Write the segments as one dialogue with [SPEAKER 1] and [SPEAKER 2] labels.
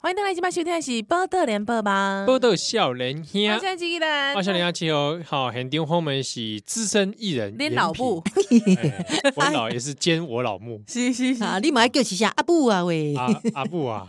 [SPEAKER 1] 欢迎大家今晚收听的是《报道联播》吧，
[SPEAKER 2] 波豆笑人兄，
[SPEAKER 1] 我是吉人，
[SPEAKER 2] 我笑人兄气候好，很丢后门是资深艺人，
[SPEAKER 1] 连老布，，
[SPEAKER 2] 哎，我老也是兼我老木
[SPEAKER 1] 是是是，
[SPEAKER 3] 啊，你嘛要叫一下阿母啊喂，
[SPEAKER 2] 阿
[SPEAKER 3] 啊，
[SPEAKER 2] 阿布啊，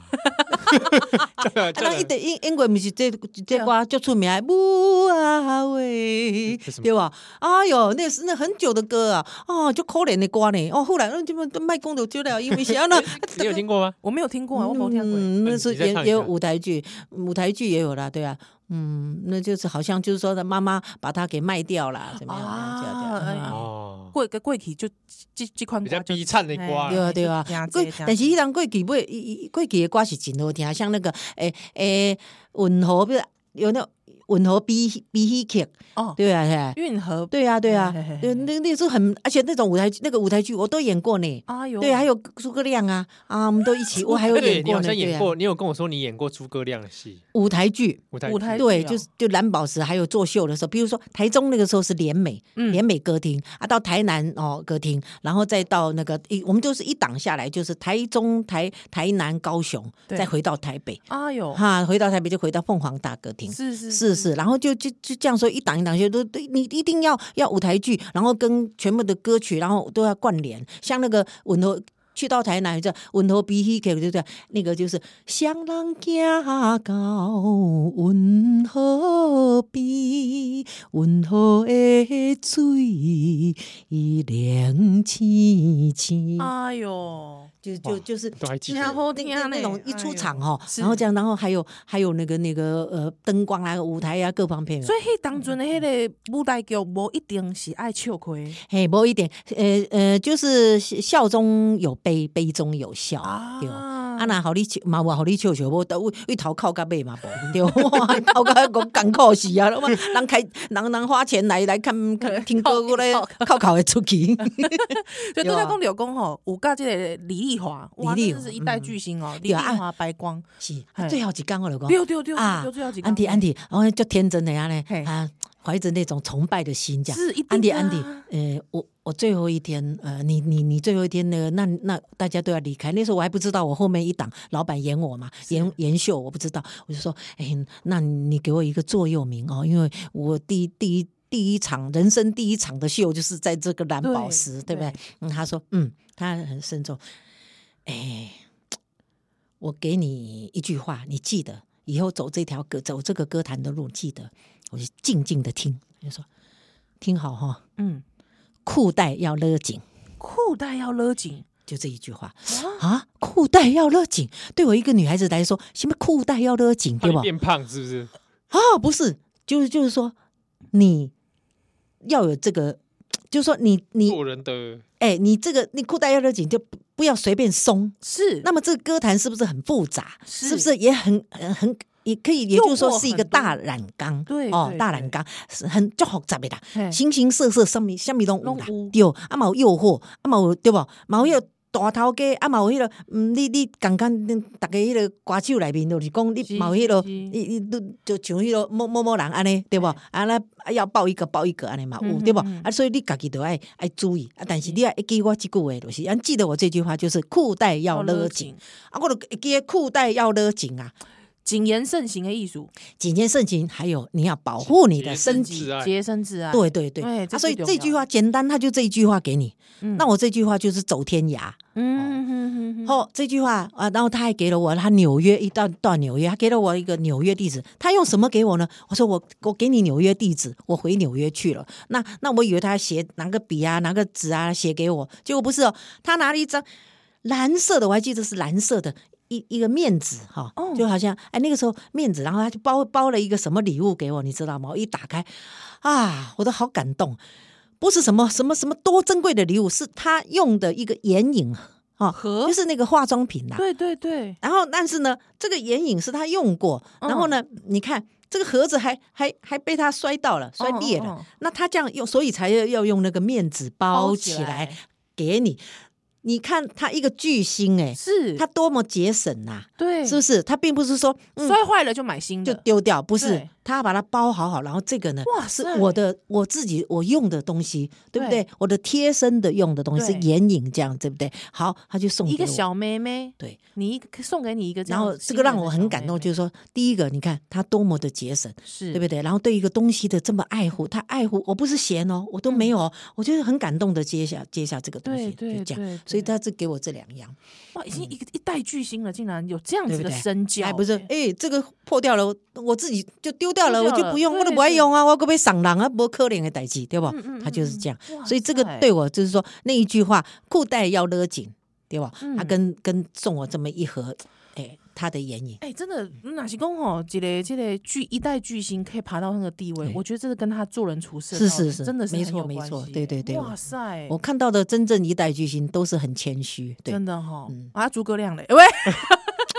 [SPEAKER 2] 这样这
[SPEAKER 3] 咱一
[SPEAKER 2] 样
[SPEAKER 3] 直英英国毋是这这歌足出名的，母啊 喂
[SPEAKER 2] 这什，么
[SPEAKER 3] 对吧？哎哟，那是那很久的歌啊，哦，就可怜的歌呢，哦，后来那就都卖公头丢了，因为啥 呢？
[SPEAKER 2] 你有听过吗？
[SPEAKER 1] 我没有听过，我没有听过。
[SPEAKER 3] 嗯，那是
[SPEAKER 2] 你再
[SPEAKER 3] 也
[SPEAKER 2] 唱一
[SPEAKER 3] 也有
[SPEAKER 2] 下
[SPEAKER 3] 舞台剧，舞台剧也有啦，对啊，嗯，那就是好像就是说他妈妈把他给卖掉啦，怎么样？
[SPEAKER 1] 啊
[SPEAKER 3] 这样这样这样
[SPEAKER 1] 哎
[SPEAKER 3] 啊
[SPEAKER 2] 哦，
[SPEAKER 1] 过个过体就这这款
[SPEAKER 2] 比
[SPEAKER 1] 歌
[SPEAKER 2] 较
[SPEAKER 1] 就
[SPEAKER 2] 逼惨的瓜
[SPEAKER 3] 对，啊，对啊
[SPEAKER 1] 就真，
[SPEAKER 3] 过
[SPEAKER 1] 多真
[SPEAKER 3] 但是迄人过期尾，伊伊过期的歌是真好听，像那个诶诶，运河不是有那运河比比戏曲，
[SPEAKER 1] 哦，
[SPEAKER 3] 对啊，嘿啊
[SPEAKER 1] 运河
[SPEAKER 3] 对啊，对啊
[SPEAKER 1] 嘿嘿嘿，
[SPEAKER 3] 对，那那时候很，而且那种舞台剧，那个舞台剧我都演过呢。
[SPEAKER 1] 哎呦，
[SPEAKER 3] 对，还有诸葛亮啊，啊，我们都一起，我还有
[SPEAKER 2] 哎对
[SPEAKER 3] 演
[SPEAKER 2] 你
[SPEAKER 3] 过
[SPEAKER 2] 好
[SPEAKER 3] 呢，
[SPEAKER 2] 像
[SPEAKER 3] 对
[SPEAKER 2] 演
[SPEAKER 3] 啊，
[SPEAKER 2] 过，你有跟我说你演过诸葛亮的戏，
[SPEAKER 3] 舞台剧。
[SPEAKER 2] 舞台
[SPEAKER 1] 舞台
[SPEAKER 2] 剧
[SPEAKER 3] 对，
[SPEAKER 1] 剧哦
[SPEAKER 3] 就是就蓝宝石，还有作秀的时候，比如说台中那个时候是联美，
[SPEAKER 1] 嗯
[SPEAKER 3] 联美歌厅啊，到台南哦歌厅，然后再到那个一，我们就是一档下来，就是台中、台台南、高雄，
[SPEAKER 1] 对
[SPEAKER 3] 再回到台北，
[SPEAKER 1] 哎呦，
[SPEAKER 3] 哈、回到台北就回到凤凰大歌厅。
[SPEAKER 1] 是是
[SPEAKER 3] 是是，，然后就就就这样说，一档一档就都都，你一定要要舞台剧，然后跟全部的歌曲，然后都要关联。像那个文头去到台南，这文头鼻息口就这样，那个就是乡人行到文河边，文河的水伊凉清清，
[SPEAKER 1] 哎呦，
[SPEAKER 3] 就就
[SPEAKER 2] 哇
[SPEAKER 3] 就是
[SPEAKER 2] 都还记得
[SPEAKER 1] 然。后
[SPEAKER 3] 那
[SPEAKER 1] 听啊
[SPEAKER 3] 那那种一出场，哦，
[SPEAKER 1] 哎是
[SPEAKER 3] 然后这样，然后还有还有那个那个呃灯光啊、舞台啊各方面，
[SPEAKER 1] 所以迄当阵的迄个舞台剧无一定是爱笑亏
[SPEAKER 3] 嘿，某一点呃呃，就是笑中有悲，悲中有笑
[SPEAKER 1] 啊
[SPEAKER 3] 对。啊，那好你笑嘛，我好你笑笑，无到为为头靠甲尾嘛，无对， 哇，头壳讲艰苦死啊，我人开人人花钱来来看看听歌，我咧靠靠的出 去，
[SPEAKER 1] 所以都在讲刘公吼，有甲这个李丽华，哇，
[SPEAKER 3] 哦李丽
[SPEAKER 1] 这
[SPEAKER 3] 华
[SPEAKER 1] 是一代巨星哦，李
[SPEAKER 3] 对
[SPEAKER 1] 丽
[SPEAKER 3] 啊
[SPEAKER 1] 华白光，
[SPEAKER 3] 是啊
[SPEAKER 1] 嘿
[SPEAKER 3] 最后一讲我就讲，
[SPEAKER 1] 对对对
[SPEAKER 3] 啊
[SPEAKER 1] 对，最后一
[SPEAKER 3] 安迪安，迪，然后就天真的呀嘞
[SPEAKER 1] 嘿，
[SPEAKER 3] 啊，怀着那种崇拜的心这样。
[SPEAKER 1] 是一定
[SPEAKER 3] 安迪，
[SPEAKER 1] 的啊
[SPEAKER 3] 安迪，呃，我我最后一天，呃，你你你最后一天那个，那那大家都要离开。那时候我还不知道，我后面一档老板演我嘛，演演秀，我不知道，我就说，哎，那你给我一个座右铭哦，因为我第一第一第一场人生第一场的秀就是在这个蓝宝石，
[SPEAKER 1] 对
[SPEAKER 3] 对不对
[SPEAKER 1] 对？
[SPEAKER 3] 嗯，他说，嗯，他很慎重，哎，我给你一句话，你记得以后走这条歌走这个歌坛的路，记得，我就静静的听，我就说听好哈、
[SPEAKER 1] 嗯，
[SPEAKER 3] 裤带要勒紧，
[SPEAKER 1] 裤带要勒紧，
[SPEAKER 3] 就这一句话啊，裤带要勒紧，对我一个女孩子来说，什么裤带要勒紧，
[SPEAKER 2] 怕
[SPEAKER 3] 对
[SPEAKER 2] 你
[SPEAKER 3] 吧？
[SPEAKER 2] 变胖是不是？
[SPEAKER 3] 啊，不是，就是就是说，你要有这个，就是说你你
[SPEAKER 2] 做人的
[SPEAKER 3] 哎、你这个你裤带要勒紧，就不不要随便松。
[SPEAKER 1] 是
[SPEAKER 3] 那么这个歌坛是不是很复杂？
[SPEAKER 1] 是
[SPEAKER 3] 是不是也很很很也可以，也
[SPEAKER 1] 诱
[SPEAKER 3] 就是
[SPEAKER 1] 惑
[SPEAKER 3] 说是一
[SPEAKER 1] 很
[SPEAKER 3] 个
[SPEAKER 1] 多
[SPEAKER 3] 大染缸，
[SPEAKER 1] 对
[SPEAKER 3] 哦
[SPEAKER 1] 对，
[SPEAKER 3] 大
[SPEAKER 1] 对
[SPEAKER 3] 染缸是很就复杂的啦，
[SPEAKER 1] 嘿
[SPEAKER 3] 形形色色，什么什么拢有啦
[SPEAKER 1] 拢有，
[SPEAKER 3] 对，啊嘛有诱惑，啊嘛有对不？嘛有迄个大头家，啊嘛有迄个，嗯，你你刚刚恁大家迄个歌手内面就是讲
[SPEAKER 1] 是
[SPEAKER 3] 你嘛有迄个，
[SPEAKER 1] 是
[SPEAKER 3] 伊伊都就像迄个某某某人安尼，对不？啊那啊要抱一个抱一个安尼嘛
[SPEAKER 1] 嗯
[SPEAKER 3] 有
[SPEAKER 1] 嗯
[SPEAKER 3] 对不？
[SPEAKER 1] 嗯
[SPEAKER 3] 啊，所以你家己都爱爱注意啊，但是你要记我即句话，就是，俺记得我这句话就是裤带要勒紧。，啊，我就记得裤带要勒紧啊，
[SPEAKER 1] 谨言慎行的艺术，
[SPEAKER 3] 谨言慎行，还有你要保护你的身
[SPEAKER 2] 谨言
[SPEAKER 3] 体。
[SPEAKER 2] 自爱
[SPEAKER 1] 洁身自爱，
[SPEAKER 3] 对对
[SPEAKER 1] 对
[SPEAKER 3] 对，
[SPEAKER 1] 哎这
[SPEAKER 3] 啊，所以
[SPEAKER 1] 最重
[SPEAKER 3] 这
[SPEAKER 1] 要
[SPEAKER 3] 句话简单，他就这一句话给你。
[SPEAKER 1] 嗯
[SPEAKER 3] 那我这句话就是走天涯。
[SPEAKER 1] 嗯哼哼哼，
[SPEAKER 3] 哦，这句话啊，然后他还给了我他纽约一到到纽约，他给了我一个纽约地址。他用什么给我呢？我说我我给你纽约地址，我回纽约去了。那那我以为他写拿个笔啊，拿个纸啊写给我，结果不是哦，他拿了一张蓝色的，我还记得是蓝色的。一一个面纸哈，
[SPEAKER 1] 哦
[SPEAKER 3] 就好像哎那个时候面纸，然后他就包包了一个什么礼物给我，你知道吗？我一打开，啊，我都好感动，不是什么什么什么多珍贵的礼物，是他用的一个眼影啊，
[SPEAKER 1] 和
[SPEAKER 3] 就是那个化妆品啦、
[SPEAKER 1] 哦对对对，
[SPEAKER 3] 然后，但是呢，这个眼影是他用过，
[SPEAKER 1] 嗯
[SPEAKER 3] 然后呢，你看这个盒子还还还被他摔到
[SPEAKER 1] 哦
[SPEAKER 3] 了，摔裂了。
[SPEAKER 1] 嗯嗯嗯
[SPEAKER 3] 那他这样用，所以才要要用那个面纸包起
[SPEAKER 1] 包起来
[SPEAKER 3] 来给你。你看他一个巨星哎、
[SPEAKER 1] 是
[SPEAKER 3] 他多么节省呐、
[SPEAKER 1] 对，
[SPEAKER 3] 是不是？他并不是说嗯
[SPEAKER 1] 摔坏了就买新
[SPEAKER 3] 就
[SPEAKER 1] 的，
[SPEAKER 3] 丢掉，不是
[SPEAKER 1] 对，
[SPEAKER 3] 他把它包好好，然后这个呢，
[SPEAKER 1] 哇
[SPEAKER 3] 是
[SPEAKER 1] 塞
[SPEAKER 3] 我的我自己我用的东西，对不对？
[SPEAKER 1] 对
[SPEAKER 3] 我的贴身的用的东西是
[SPEAKER 1] 对
[SPEAKER 3] 眼影这样，对不对？好，他就送给
[SPEAKER 1] 一个
[SPEAKER 3] 我
[SPEAKER 1] 小妹妹，
[SPEAKER 3] 对。
[SPEAKER 1] 你一个送给你一个样
[SPEAKER 3] 然
[SPEAKER 1] 新
[SPEAKER 3] 后
[SPEAKER 1] 的小妹妹，
[SPEAKER 3] 这个让我很感动，就是是说，第一个，你看他多么的节省，
[SPEAKER 1] 是
[SPEAKER 3] 对不对？然后对一个东西的这么爱护，他爱护我不是嫌哦，我都没有哦，我就是很感动的接下接下这个东西，
[SPEAKER 1] 嗯对对
[SPEAKER 3] 就这样。
[SPEAKER 1] 对，
[SPEAKER 3] 所以
[SPEAKER 1] 对
[SPEAKER 3] 他是给我这两样，
[SPEAKER 1] 哇，已经一个一代巨星了，竟然有这样
[SPEAKER 3] 对
[SPEAKER 1] 子
[SPEAKER 3] 不
[SPEAKER 1] 的
[SPEAKER 3] 对
[SPEAKER 1] 身教，
[SPEAKER 3] 还不是
[SPEAKER 1] 哎
[SPEAKER 3] 哎，这个破掉了，我我自己就丢掉了，
[SPEAKER 1] 丢
[SPEAKER 3] 我
[SPEAKER 1] 掉
[SPEAKER 3] 就
[SPEAKER 1] 了
[SPEAKER 3] 不用，
[SPEAKER 1] 对
[SPEAKER 3] 我都不爱
[SPEAKER 1] 对
[SPEAKER 3] 用啊，我可不可以赏狼啊？不可怜的代志，对不
[SPEAKER 1] 嗯嗯？
[SPEAKER 3] 他就是这样。
[SPEAKER 1] 嗯哇
[SPEAKER 3] 所以这个
[SPEAKER 1] 塞
[SPEAKER 3] 对我就是说那一句话，裤带要勒紧，对吧？他
[SPEAKER 1] 嗯
[SPEAKER 3] 跟跟送我这么一盒，哎，他的眼影，
[SPEAKER 1] 哎、真的，那是讲吼，一个这个巨一代巨星可以爬到那个地位
[SPEAKER 3] 对，
[SPEAKER 1] 我觉得这是跟他做人处事
[SPEAKER 3] 是
[SPEAKER 1] 到底
[SPEAKER 3] 是是
[SPEAKER 1] 真的是
[SPEAKER 3] 没
[SPEAKER 1] 很
[SPEAKER 3] 错
[SPEAKER 1] 有
[SPEAKER 3] 没
[SPEAKER 1] 关
[SPEAKER 3] 错
[SPEAKER 1] 系
[SPEAKER 3] 对
[SPEAKER 1] 耶
[SPEAKER 3] 对对我
[SPEAKER 1] 哇塞，
[SPEAKER 3] 我看到的真正一代巨星都是很谦虚，对。
[SPEAKER 1] 真的哈
[SPEAKER 3] 嗯，
[SPEAKER 1] 啊，诸葛亮嘞，喂，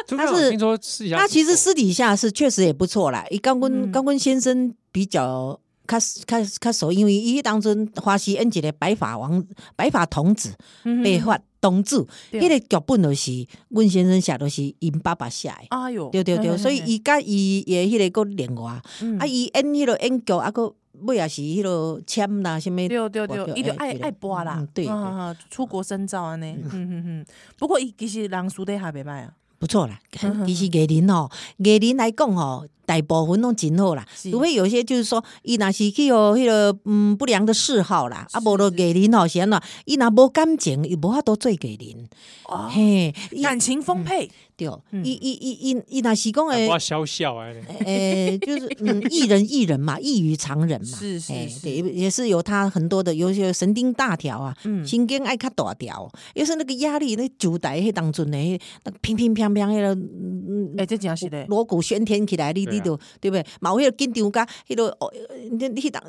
[SPEAKER 2] 朱
[SPEAKER 3] 他
[SPEAKER 2] 哥
[SPEAKER 3] 是
[SPEAKER 2] 听说试一下，
[SPEAKER 3] 那其实私底下是确实也不错啦，伊刚
[SPEAKER 1] 嗯
[SPEAKER 3] 阮刚阮先生比较。较较较熟，因为伊当阵花西演一个白发王、白发童子、
[SPEAKER 1] 嗯
[SPEAKER 3] 白发童子，
[SPEAKER 1] 对
[SPEAKER 3] 迄个剧本就是阮先生写，就是因爸爸写的。
[SPEAKER 1] 哎呦，
[SPEAKER 3] 对对
[SPEAKER 1] 嘿
[SPEAKER 3] 对，
[SPEAKER 1] 嘿
[SPEAKER 3] 所以
[SPEAKER 1] 嘿
[SPEAKER 3] 伊甲伊诶迄个个另外，
[SPEAKER 1] 嗯
[SPEAKER 3] 啊，伊演迄个演剧，啊个尾也是迄个签啦，什物
[SPEAKER 1] 对对
[SPEAKER 3] 我
[SPEAKER 1] 对
[SPEAKER 3] 就，
[SPEAKER 1] 伊就
[SPEAKER 3] 爱
[SPEAKER 1] 爱
[SPEAKER 3] 这个
[SPEAKER 1] 爱播啦
[SPEAKER 3] 嗯，对
[SPEAKER 1] 啊啊啊出国深造安尼，嗯嗯嗯，不过伊其实人输得还袂歹啊，
[SPEAKER 3] 不错啦
[SPEAKER 1] 嗯。
[SPEAKER 3] 其实艺人吼，艺人来讲吼，大部分拢真好啦。
[SPEAKER 1] 是
[SPEAKER 3] 除非有些就是说，伊若是去有迄个嗯不良的嗜好啦，啊，
[SPEAKER 1] 是
[SPEAKER 3] 无咯
[SPEAKER 1] 是
[SPEAKER 3] 艺人吼是安怎，伊若无感情，伊无法度做艺人。
[SPEAKER 1] 哦，
[SPEAKER 3] 嘿，伊
[SPEAKER 1] 感情丰沛，
[SPEAKER 3] 对，
[SPEAKER 1] 嗯
[SPEAKER 3] 伊伊伊伊伊若是讲
[SPEAKER 2] 我
[SPEAKER 3] 诶
[SPEAKER 2] 要。笑笑哎，
[SPEAKER 3] 诶，就是嗯，艺人艺人嘛， 异于常人嘛，
[SPEAKER 1] 是是
[SPEAKER 3] 嘿
[SPEAKER 1] 是
[SPEAKER 3] 对，也是有他很多的，有些神经大条啊，
[SPEAKER 1] 嗯，
[SPEAKER 3] 神经爱较大条，要是那个压力，那酒台迄当阵呢，那个乒乒乓乓迄个，嗯
[SPEAKER 1] 哎，这真是嘞，
[SPEAKER 3] 锣鼓喧天起来，你
[SPEAKER 2] 对啊
[SPEAKER 3] 你就对不对？嘛有迄个紧张甲迄个哦，呃你你当，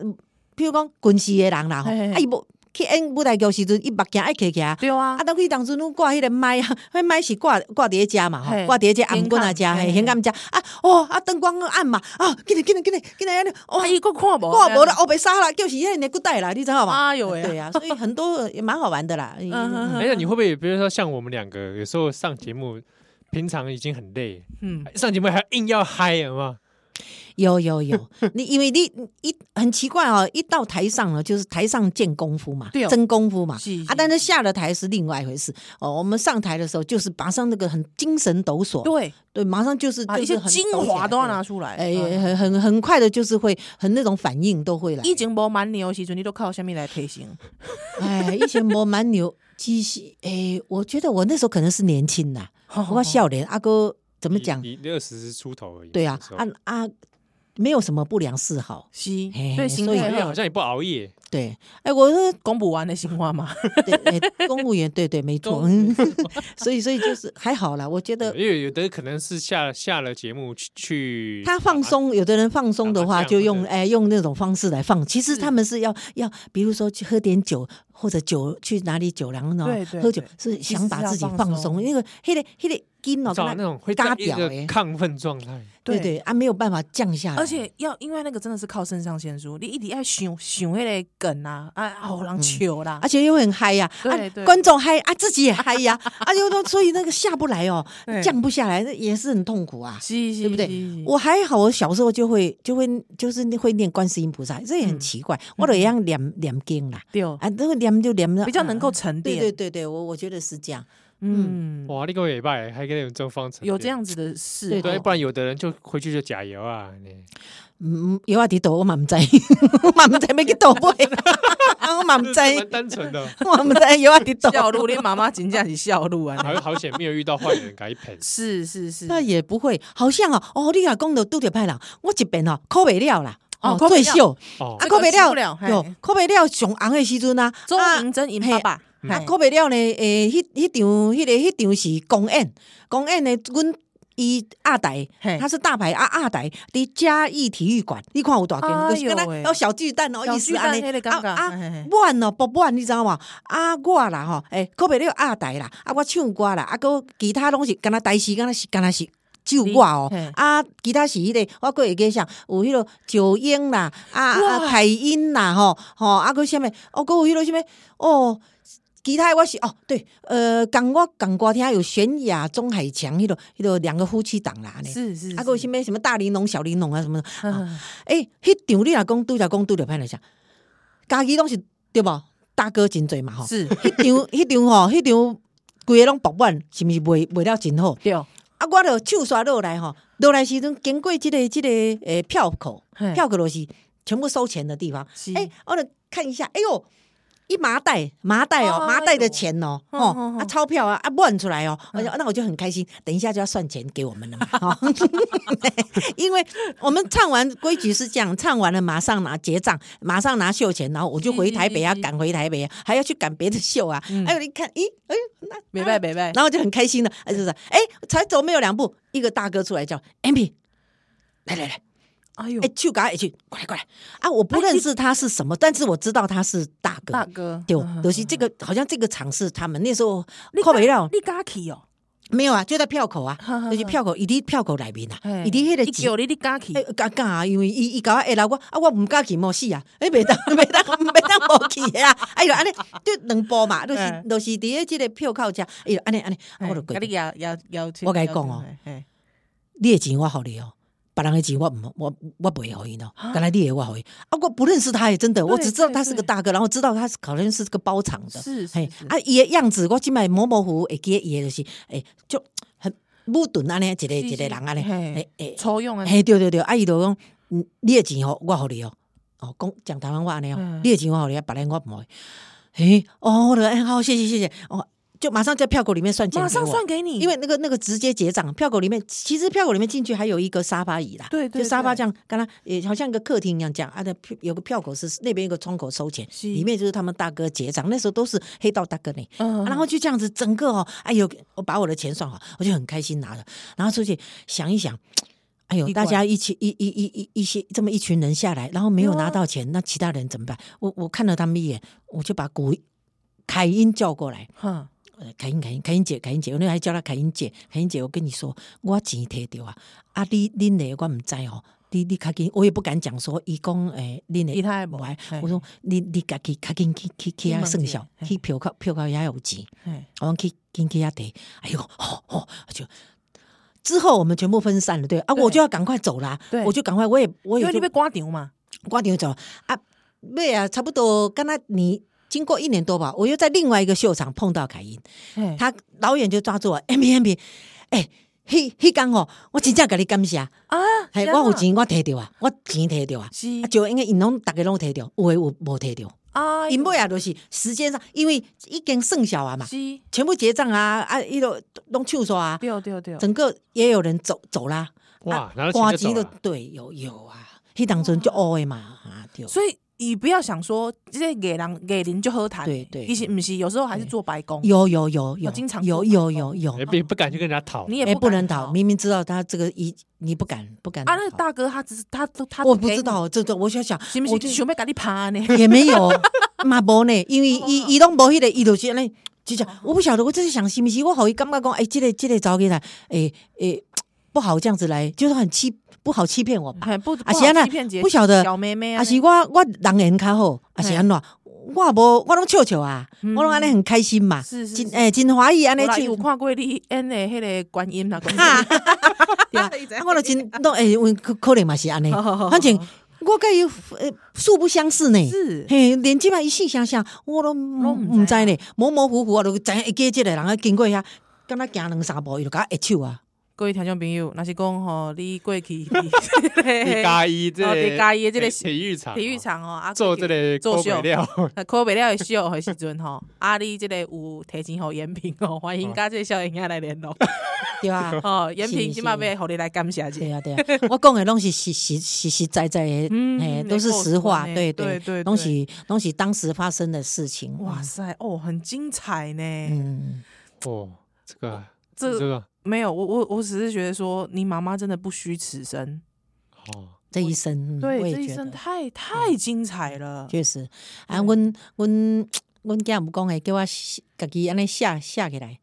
[SPEAKER 3] 比如讲军事的人啦吼，
[SPEAKER 1] 嘿嘿
[SPEAKER 3] 啊伊无去演舞台剧时阵，伊目镜爱揢起来。
[SPEAKER 1] 对啊
[SPEAKER 3] 啊，，当去当初拢挂迄个麦啊，迄麦是挂挂伫咧遮嘛，吼，
[SPEAKER 1] 嘿
[SPEAKER 3] 挂伫咧遮暗棍啊遮，
[SPEAKER 1] 显
[SPEAKER 3] 嘿，
[SPEAKER 1] 眼
[SPEAKER 3] 显暗遮啊，哦，啊灯光暗嘛，啊，紧来紧来紧来紧来安尼，哦
[SPEAKER 1] 啊，，伊个看无，
[SPEAKER 3] 挂无啦，，黑白沙啦，就是迄个骨带啦，你知道吗？
[SPEAKER 1] 哎呦喂啊
[SPEAKER 3] 对啊，所以很多也蛮好玩的啦。
[SPEAKER 1] 嗯哼
[SPEAKER 3] 嗯
[SPEAKER 1] 哼
[SPEAKER 2] 哎，那你会不会比如说像我们两个有时候上节目，平常已经很累，哎
[SPEAKER 1] 嗯，
[SPEAKER 2] 上节目还硬要嗨嘛？
[SPEAKER 3] 有有 有，你因为你一很奇怪哦，一到台上了就是台上见功夫嘛，
[SPEAKER 1] 对哦
[SPEAKER 3] 真功夫嘛。
[SPEAKER 1] 是
[SPEAKER 3] 啊，但是下了台是另外一回事哦。我们上台的时候，就是马上那个很精神抖擞，
[SPEAKER 1] 对，
[SPEAKER 3] 对，马上就是
[SPEAKER 1] 把
[SPEAKER 3] 就
[SPEAKER 1] 啊一
[SPEAKER 3] 是
[SPEAKER 1] 些
[SPEAKER 3] 很
[SPEAKER 1] 精
[SPEAKER 3] 抖起
[SPEAKER 1] 华
[SPEAKER 3] 来
[SPEAKER 1] 都要
[SPEAKER 3] 对
[SPEAKER 1] 拿出来，
[SPEAKER 3] 哎，
[SPEAKER 1] 嗯
[SPEAKER 3] 很很很快的，就是会很那种反应都会来。
[SPEAKER 1] 以前无蛮牛的时阵，你都靠虾米来提醒？
[SPEAKER 3] 哎，以前我蛮牛，其实哎，我觉得我那时候可能是年轻呐，哦
[SPEAKER 1] 哦
[SPEAKER 3] 我笑脸阿哥怎
[SPEAKER 2] 怎
[SPEAKER 3] 么讲？
[SPEAKER 2] 你二十出头而已。
[SPEAKER 3] 对啊
[SPEAKER 2] 那时，候
[SPEAKER 3] 啊啊，没有什么不良嗜好。
[SPEAKER 1] 是
[SPEAKER 3] 嘿，
[SPEAKER 1] 对，心
[SPEAKER 3] 所以
[SPEAKER 2] 因为
[SPEAKER 1] 态
[SPEAKER 2] 好
[SPEAKER 1] 好
[SPEAKER 2] 像也不熬夜，
[SPEAKER 3] 对，哎，我说
[SPEAKER 1] 讲不完的心话 嘛。
[SPEAKER 3] 对，哎公务员，对对，没错，
[SPEAKER 2] 公务
[SPEAKER 3] 嗯，所以所以就是还好啦，我觉
[SPEAKER 2] 对
[SPEAKER 3] 得
[SPEAKER 2] 因为有的可能是下下了节目去去
[SPEAKER 3] 他放松，有的人放松的
[SPEAKER 2] 打麻
[SPEAKER 3] 话，
[SPEAKER 2] 将
[SPEAKER 3] 就用
[SPEAKER 2] 或者
[SPEAKER 3] 哎用那种方式来放。其实
[SPEAKER 1] 是
[SPEAKER 3] 他们是要要，比如说去喝点酒，或者酒去哪里酒廊呢
[SPEAKER 1] 对对
[SPEAKER 3] 喝酒
[SPEAKER 1] 对，
[SPEAKER 3] 是
[SPEAKER 1] 其
[SPEAKER 3] 想
[SPEAKER 1] 实
[SPEAKER 3] 把
[SPEAKER 1] 是要
[SPEAKER 3] 自己
[SPEAKER 1] 放
[SPEAKER 3] 放
[SPEAKER 1] 松
[SPEAKER 3] 松，因为黑的黑的筋
[SPEAKER 2] 你
[SPEAKER 3] 脑
[SPEAKER 2] 知道那种会
[SPEAKER 3] 哦嘎
[SPEAKER 2] 在一
[SPEAKER 3] 表
[SPEAKER 2] 个
[SPEAKER 3] 哎，
[SPEAKER 2] 亢奋状态。
[SPEAKER 3] 对对啊，没有办法降下来，
[SPEAKER 1] 而且要因为那个真的是靠肾上腺素，你一直要想想那个梗啊，啊，好
[SPEAKER 3] 嗯
[SPEAKER 1] 人笑啦
[SPEAKER 3] 而，且又很嗨呀，啊
[SPEAKER 1] 对对
[SPEAKER 3] 观众嗨啊，自己也嗨呀， 啊，就说所以那个下不来哦，
[SPEAKER 1] 对
[SPEAKER 3] 降不下来，那也是很痛苦啊。
[SPEAKER 1] 是是，
[SPEAKER 3] 对不对
[SPEAKER 1] 是？
[SPEAKER 3] 我还好，我小时候就会就会就是会念观世音菩萨，这也
[SPEAKER 1] 嗯
[SPEAKER 3] 很奇怪。我都一样念念经啦，
[SPEAKER 1] 对，
[SPEAKER 3] 啊，那个念就念了，
[SPEAKER 1] 比较能够
[SPEAKER 3] 啊
[SPEAKER 1] 沉
[SPEAKER 3] 对对
[SPEAKER 1] 淀。
[SPEAKER 3] 对对，我我觉得是这样。
[SPEAKER 1] 嗯，
[SPEAKER 2] 哇，那个礼拜还跟你们中方成
[SPEAKER 1] 有这样子的事
[SPEAKER 3] 对
[SPEAKER 1] 哦，
[SPEAKER 2] 对，不然有的人就回去就加油啊。你
[SPEAKER 3] 嗯，有啊，伫倒我嘛毋知， 我嘛毋知要去 倒买，我嘛毋 知，
[SPEAKER 2] 这蛮单纯的，哦
[SPEAKER 3] 我毋知有啊伫 倒。
[SPEAKER 1] 笑路，你妈妈真正是笑路 啊。。
[SPEAKER 2] 好好险没有遇到坏人给他一盆
[SPEAKER 1] 是是是，
[SPEAKER 3] 那也不会，好像哦，哦，你若讲到拄着歹人，我一遍哦，考袂了啦，
[SPEAKER 1] 哦
[SPEAKER 3] 哦，
[SPEAKER 1] 考
[SPEAKER 3] 退
[SPEAKER 1] 袂了
[SPEAKER 3] 休，
[SPEAKER 2] 哦
[SPEAKER 3] 啊，
[SPEAKER 1] 这
[SPEAKER 3] 考
[SPEAKER 1] 个
[SPEAKER 3] 袂
[SPEAKER 1] 吃不了
[SPEAKER 3] 了，
[SPEAKER 1] 嘿
[SPEAKER 3] 哟，考袂了，上红的时阵啊，
[SPEAKER 1] 周
[SPEAKER 3] 啊
[SPEAKER 1] 明珍因
[SPEAKER 3] 嘿
[SPEAKER 1] 爸爸，
[SPEAKER 3] 啊，
[SPEAKER 1] 嘿
[SPEAKER 3] 考袂了呢，诶、迄迄场，迄、个迄场是公演，公演呢，阮伊阿台，
[SPEAKER 1] 嘿
[SPEAKER 3] 他是大牌啊，阿台伫嘉义体育馆，你看有大间，
[SPEAKER 1] 哎
[SPEAKER 3] 就是敢
[SPEAKER 1] 呦喂
[SPEAKER 3] 若有小巨蛋哦，
[SPEAKER 1] 小
[SPEAKER 3] 意思
[SPEAKER 1] 巨蛋
[SPEAKER 3] 安尼
[SPEAKER 1] 那个，感
[SPEAKER 3] 啊
[SPEAKER 1] 觉
[SPEAKER 3] 啊
[SPEAKER 1] 嘿嘿，
[SPEAKER 3] 满哦，博满，你知道嘛？啊，我啦吼，诶、考袂了阿台啦，啊，我唱歌啦，啊，个其他拢是敢若台戏，敢若是敢若是。只有我哦
[SPEAKER 1] 嘿，
[SPEAKER 3] 啊，其他是迄、个，我阁会记上有迄个九英啦，啊啊
[SPEAKER 1] 哇
[SPEAKER 3] 凯英啦，吼吼，啊个啥物，哦，阁有迄个啥物，哦，其他的我是哦，对，呃，港我港歌听有悬崖钟海强，迄落迄落两个夫妻档啦，呢，
[SPEAKER 1] 是是，
[SPEAKER 3] 啊，还
[SPEAKER 1] 够
[SPEAKER 3] 有什么什么大玲珑、小玲珑啊什么 的。
[SPEAKER 1] 嗯
[SPEAKER 3] 诶，迄场你若讲拄则讲拄着歹来啥，家己拢是对无？大哥真侪嘛吼，
[SPEAKER 1] 是，
[SPEAKER 3] 迄场迄场吼，迄场规个拢爆满，是毋是卖卖了真好？
[SPEAKER 1] 对，
[SPEAKER 3] 啊，我着手刷落来吼，落来时阵经过即、个即、个诶票口，
[SPEAKER 1] 嘿
[SPEAKER 3] 票口就是全部收钱的地方。
[SPEAKER 1] 是
[SPEAKER 3] 哎、我来看一下，哎呦，一麻袋，麻袋哦，
[SPEAKER 1] 哦
[SPEAKER 3] 麻袋
[SPEAKER 1] 哎
[SPEAKER 3] 的
[SPEAKER 1] 呦
[SPEAKER 3] 钱哦，
[SPEAKER 1] 嗯
[SPEAKER 3] 哦，
[SPEAKER 1] 嗯
[SPEAKER 3] 啊，
[SPEAKER 1] 嗯
[SPEAKER 3] 钞票啊，啊，乱出来哦，我就那我就很开心，等一下就要算钱给我们了嘛， 哦、因为我们唱完规矩是这样，唱完了马上拿结账，马上拿秀钱，然后我就回台北啊，
[SPEAKER 1] 是是是
[SPEAKER 3] 赶回台北啊，还要去赶别的秀啊，还有你看，咦，哎呦，那
[SPEAKER 1] 嗯没拜没拜，
[SPEAKER 3] 然后就很开心的，哎，就是，哎，才走没有两步，一个大哥出来叫 M P，来来来，
[SPEAKER 1] 哎呦
[SPEAKER 3] 哎，，去赶快去，过来过来啊！我不认识他是什么，但是我知道他是大哥。
[SPEAKER 1] 大哥，
[SPEAKER 3] 对
[SPEAKER 1] 嗯，
[SPEAKER 3] 尤其这个好像这个场是他们那时候
[SPEAKER 1] 你
[SPEAKER 3] 靠北了，
[SPEAKER 1] 你敢去哦？
[SPEAKER 3] 没有啊，就在票口啊
[SPEAKER 1] 哈哈，哈
[SPEAKER 3] 就是票口，伊伫票口内面啊，
[SPEAKER 1] 嗯嘿
[SPEAKER 3] 伊伫迄个
[SPEAKER 1] 他叫你你敢去？
[SPEAKER 3] 哎，敢敢啊！因为伊伊甲我下来，我啊我毋敢去无死啊！哎，袂当 袂当袂当无去的啊！哎呦，安尼就两步嘛，就是
[SPEAKER 1] 嗯
[SPEAKER 3] 就是伫咧即个票口遮，哎呦，安尼安尼，啊我就过
[SPEAKER 1] 跟
[SPEAKER 3] 去
[SPEAKER 1] 你邀邀邀请，
[SPEAKER 3] 我跟你讲哦
[SPEAKER 1] 邀请，嘿
[SPEAKER 3] 你的钱我互你哦，别人的钱我唔我我不会互伊喏，
[SPEAKER 1] 啊
[SPEAKER 3] 刚才你的我互伊，啊，我不认识他也真的，我
[SPEAKER 1] 对
[SPEAKER 3] 只知道
[SPEAKER 1] 对
[SPEAKER 3] 他是个
[SPEAKER 1] 对
[SPEAKER 3] 大哥，然后知道他是好像是个包场的，
[SPEAKER 1] 是
[SPEAKER 3] 嘿
[SPEAKER 1] 是是
[SPEAKER 3] 啊，伊的样子我即摆模模糊糊会记得伊的就是，诶，就很木钝安尼，一个
[SPEAKER 1] 是
[SPEAKER 3] 一个人安尼，
[SPEAKER 1] 是嘿
[SPEAKER 3] 诶诶，
[SPEAKER 1] 抽用啊，
[SPEAKER 3] 嘿，对对对，啊，伊就讲，嗯你的钱哦，我互你哦，哦，讲讲台湾话安尼哦
[SPEAKER 1] 嗯，
[SPEAKER 3] 你的钱我互你，啊，别人我唔会，诶，哦，我就哎好，谢谢谢谢，哦，就马上在票口里面算钱，
[SPEAKER 1] 马上算。给你，
[SPEAKER 3] 因为那个那个直接结账，票口里面其实票口里面进去还有一个沙发椅啦，
[SPEAKER 1] 对对
[SPEAKER 3] 就沙发
[SPEAKER 1] 对
[SPEAKER 3] 这样，刚刚也好像一个客厅一样这样，啊，那票有个票口是那边有个窗口收钱，
[SPEAKER 1] 是
[SPEAKER 3] 里面就是他们大哥结账，那时候都是黑道大哥呢，
[SPEAKER 1] 嗯，
[SPEAKER 3] 啊然后就这样子整个哦，哎呦，我把我的钱算好，我就很开心拿着，然后出去想一想。哎呦，
[SPEAKER 1] 奇怪
[SPEAKER 3] 大家一起一一一一一些这么一群人下来，然后没有
[SPEAKER 1] 有啊
[SPEAKER 3] 拿到钱，那其他人怎么办？我我看了他们一眼，我就把古凯英叫过来，
[SPEAKER 1] 哼，
[SPEAKER 3] 呃，凯英，凯英，凯英姐，凯英姐，我那还叫她凯英姐，凯英姐，我跟你说，我钱摕着啊，啊，你恁的我唔知哦，你你较紧，我也不敢讲说，伊讲诶，恁的
[SPEAKER 1] 其他的无
[SPEAKER 3] 来
[SPEAKER 1] 嘿，
[SPEAKER 3] 我说你你家己较紧去去去
[SPEAKER 1] 去
[SPEAKER 3] 遐
[SPEAKER 1] 问
[SPEAKER 3] 算
[SPEAKER 1] 者
[SPEAKER 3] 数，
[SPEAKER 1] 嘿
[SPEAKER 3] 去票口票口遐有钱，
[SPEAKER 1] 嘿
[SPEAKER 3] 我讲去紧去遐摕，哎呦，吼、吼、就。之后我们全部分散了，对啊，
[SPEAKER 1] 对
[SPEAKER 3] 我就要赶快走啦，
[SPEAKER 1] 对
[SPEAKER 3] 我就赶快，我也我
[SPEAKER 1] 因
[SPEAKER 3] 也
[SPEAKER 1] 为
[SPEAKER 3] 就
[SPEAKER 1] 你被刮掉嘛，
[SPEAKER 3] 挂掉走啊，对啊，差不多，刚才你经过一年多吧，我又在另外一个秀场碰到凯英，
[SPEAKER 1] 嘿
[SPEAKER 3] 他老远就抓住我，M P M P，哎，迄迄工吼，我真正甲你感谢，
[SPEAKER 1] 啊，
[SPEAKER 3] 嘿，
[SPEAKER 1] 这
[SPEAKER 3] 我
[SPEAKER 1] 样
[SPEAKER 3] 有
[SPEAKER 1] 啊，
[SPEAKER 3] 钱，我摕着啊，我钱摕着啊，
[SPEAKER 1] 是
[SPEAKER 3] 啊，就因为因拢逐个拢摕着，有诶有无摕着，
[SPEAKER 1] 啊，
[SPEAKER 3] 因尾啊就是时间上，因为已经剩小啊嘛，
[SPEAKER 1] 是，
[SPEAKER 3] 全部结账啊啊，伊都拢手刷啊，
[SPEAKER 1] 对对对，
[SPEAKER 3] 整个也有人走走啦，
[SPEAKER 2] 哇
[SPEAKER 3] 啊，
[SPEAKER 2] 拿到钱就走
[SPEAKER 3] 钱都
[SPEAKER 2] 了。
[SPEAKER 3] 对，有有啊，迄当阵就乌诶嘛，啊，对，
[SPEAKER 1] 所以你不要想说这个艺人艺人就好谈，
[SPEAKER 3] 对对
[SPEAKER 1] 其实不是，有时候还是做白工，
[SPEAKER 3] 有有有有，
[SPEAKER 1] 我经常
[SPEAKER 3] 有
[SPEAKER 1] 做哦
[SPEAKER 3] 有
[SPEAKER 1] 白
[SPEAKER 3] 有
[SPEAKER 1] 工
[SPEAKER 3] 有，
[SPEAKER 2] 也不不敢去跟人家讨，
[SPEAKER 1] 你
[SPEAKER 3] 哎，
[SPEAKER 1] 也
[SPEAKER 3] 不能
[SPEAKER 1] 逃
[SPEAKER 3] 逃，，明明知道他这个一，你不敢不敢
[SPEAKER 1] 哦啊，那
[SPEAKER 3] 逃
[SPEAKER 1] 大哥他只是他都他
[SPEAKER 3] 我不知，道，这这我想想，
[SPEAKER 1] 行不行？
[SPEAKER 3] 我就
[SPEAKER 1] 想要给你拍呢？
[SPEAKER 3] 也没 有嘛无呢，因
[SPEAKER 1] 哦
[SPEAKER 3] 为伊伊拢无迄个伊就是安尼，就讲我不晓得，我就是想是不是，我好伊感觉讲，哎、这个这个早起来，哎、哎、不好这样子来，就是很欺不好欺骗我吧，
[SPEAKER 1] 哎，不，
[SPEAKER 3] 啊
[SPEAKER 1] 不
[SPEAKER 3] 是
[SPEAKER 1] 好
[SPEAKER 3] 安那
[SPEAKER 1] 欺骗姐
[SPEAKER 3] 不晓得
[SPEAKER 1] 小妹妹啊，
[SPEAKER 3] 啊是我我人缘较好，啊是安怎，我也无我拢笑笑啊，我拢安尼很开心嘛，
[SPEAKER 1] 嗯是是
[SPEAKER 3] 真
[SPEAKER 1] 是
[SPEAKER 3] 哎、真欢喜安尼
[SPEAKER 1] 我啦
[SPEAKER 3] 笑
[SPEAKER 1] 有。看过你演的迄个观音啦，观音
[SPEAKER 3] 对啊，啊我 都真都哎，我可可能嘛是安尼，
[SPEAKER 1] 好好好
[SPEAKER 3] 反正我甲伊呃素不相识呢。
[SPEAKER 1] 是
[SPEAKER 3] 嘿，连即摆伊细想想，我都
[SPEAKER 1] 拢
[SPEAKER 3] 毋
[SPEAKER 1] 唔
[SPEAKER 3] 毋
[SPEAKER 1] 知
[SPEAKER 3] 知
[SPEAKER 1] 啊
[SPEAKER 3] 呢，模模糊糊我都知影会记即个人啊，经过遐，敢若行两三步，伊就甲我握手啊。
[SPEAKER 1] 各位听众朋友，若是讲吼，你过去
[SPEAKER 2] 你
[SPEAKER 1] 你
[SPEAKER 2] 加一这
[SPEAKER 1] 哦
[SPEAKER 2] 个
[SPEAKER 1] 你加一这个
[SPEAKER 2] 体体育场，
[SPEAKER 1] 体育场吼，啊
[SPEAKER 2] 做这个
[SPEAKER 1] 做
[SPEAKER 2] 锅
[SPEAKER 1] 秀
[SPEAKER 2] 尾料，
[SPEAKER 1] 那考不了的秀的时阵吼，啊你即个有提前互延平哦，欢迎甲即个少年兄来联络
[SPEAKER 3] 对啊，
[SPEAKER 1] 哦，延平
[SPEAKER 3] 是
[SPEAKER 1] 即码
[SPEAKER 3] 是
[SPEAKER 1] 要互你来感谢者
[SPEAKER 3] 对。啊，对啊，我讲的拢是实实实实在在的，
[SPEAKER 1] 嗯
[SPEAKER 3] 哎，
[SPEAKER 1] 嗯
[SPEAKER 3] 都是
[SPEAKER 1] 够
[SPEAKER 3] 实话，
[SPEAKER 1] 准的
[SPEAKER 3] 对
[SPEAKER 1] 对对
[SPEAKER 3] 拢
[SPEAKER 1] 对
[SPEAKER 3] 是拢是当时发生的事情。
[SPEAKER 1] 哇塞，哦，很精彩呢。
[SPEAKER 3] 嗯，
[SPEAKER 2] 哦，这个
[SPEAKER 1] 这
[SPEAKER 2] 这个
[SPEAKER 1] 没有，我我我只是觉得说，你妈妈真的不虚此生。
[SPEAKER 2] 哦，
[SPEAKER 3] 这一生，嗯
[SPEAKER 1] 对，
[SPEAKER 3] 嗯我
[SPEAKER 1] 这
[SPEAKER 3] 也
[SPEAKER 1] 一
[SPEAKER 3] 觉
[SPEAKER 1] 生
[SPEAKER 3] 得嗯
[SPEAKER 1] 太太精彩了。
[SPEAKER 3] 确实。啊，
[SPEAKER 1] 对
[SPEAKER 3] 阮阮阮囝毋讲诶，叫我写家己安尼写写起来。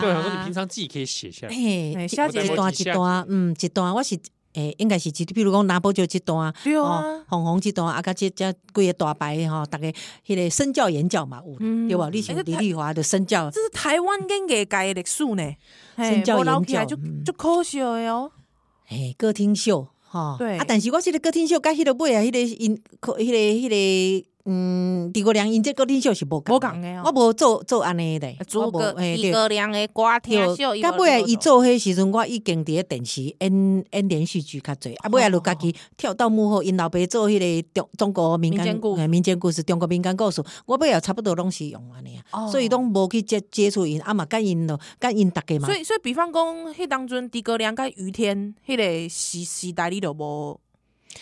[SPEAKER 2] 对，我想说你
[SPEAKER 3] 啊
[SPEAKER 2] 平常自己可以写下来，
[SPEAKER 3] 嘿
[SPEAKER 1] 哎，
[SPEAKER 3] 一
[SPEAKER 1] 下一
[SPEAKER 3] 一
[SPEAKER 1] 个
[SPEAKER 3] 段一段，嗯，一段我是诶、应该是即，比如讲拿破就这段，
[SPEAKER 1] 对
[SPEAKER 3] 哦
[SPEAKER 1] 啊，，
[SPEAKER 3] 红红这段啊，甲这这几个大牌吼，逐个迄个身教言教嘛有，
[SPEAKER 1] 嗯
[SPEAKER 3] 对吧？你像
[SPEAKER 1] 哎这
[SPEAKER 3] 李
[SPEAKER 1] 太
[SPEAKER 3] 丽华的身教，
[SPEAKER 1] 这是台湾跟给改的历史呢，嘿
[SPEAKER 3] 身教
[SPEAKER 1] 没留
[SPEAKER 3] 言
[SPEAKER 1] 起来就
[SPEAKER 3] 教嗯
[SPEAKER 1] 就可惜了哦。
[SPEAKER 3] 诶，歌厅秀吼，
[SPEAKER 1] 对
[SPEAKER 3] 啊，但是我这个歌厅秀甲迄个尾啊，迄个因，迄个迄个。嗯，诸葛亮因这歌厅秀是无
[SPEAKER 1] 无同的哦
[SPEAKER 3] 我无做做安尼的，
[SPEAKER 1] 诸
[SPEAKER 3] 我
[SPEAKER 1] 葛
[SPEAKER 3] 无嘿
[SPEAKER 1] 诸
[SPEAKER 3] 对
[SPEAKER 1] 葛亮的歌听秀，
[SPEAKER 3] 到尾啊，伊做迄时阵，我已经伫咧电视演演连续剧较侪，啊，尾啊，就家己跳到幕后，因老爸做迄个中中国民
[SPEAKER 1] 哦民间
[SPEAKER 3] 间
[SPEAKER 1] 故事
[SPEAKER 3] 哎民间故事，中国民间故事，我尾啊，差不多拢是用安尼啊，
[SPEAKER 1] 哦
[SPEAKER 3] 所以拢无去接接触因，啊嘛，甲因咯，甲因逐家嘛
[SPEAKER 1] 所，以所以比方讲，迄当阵诸葛亮跟于天迄个时时代你都无，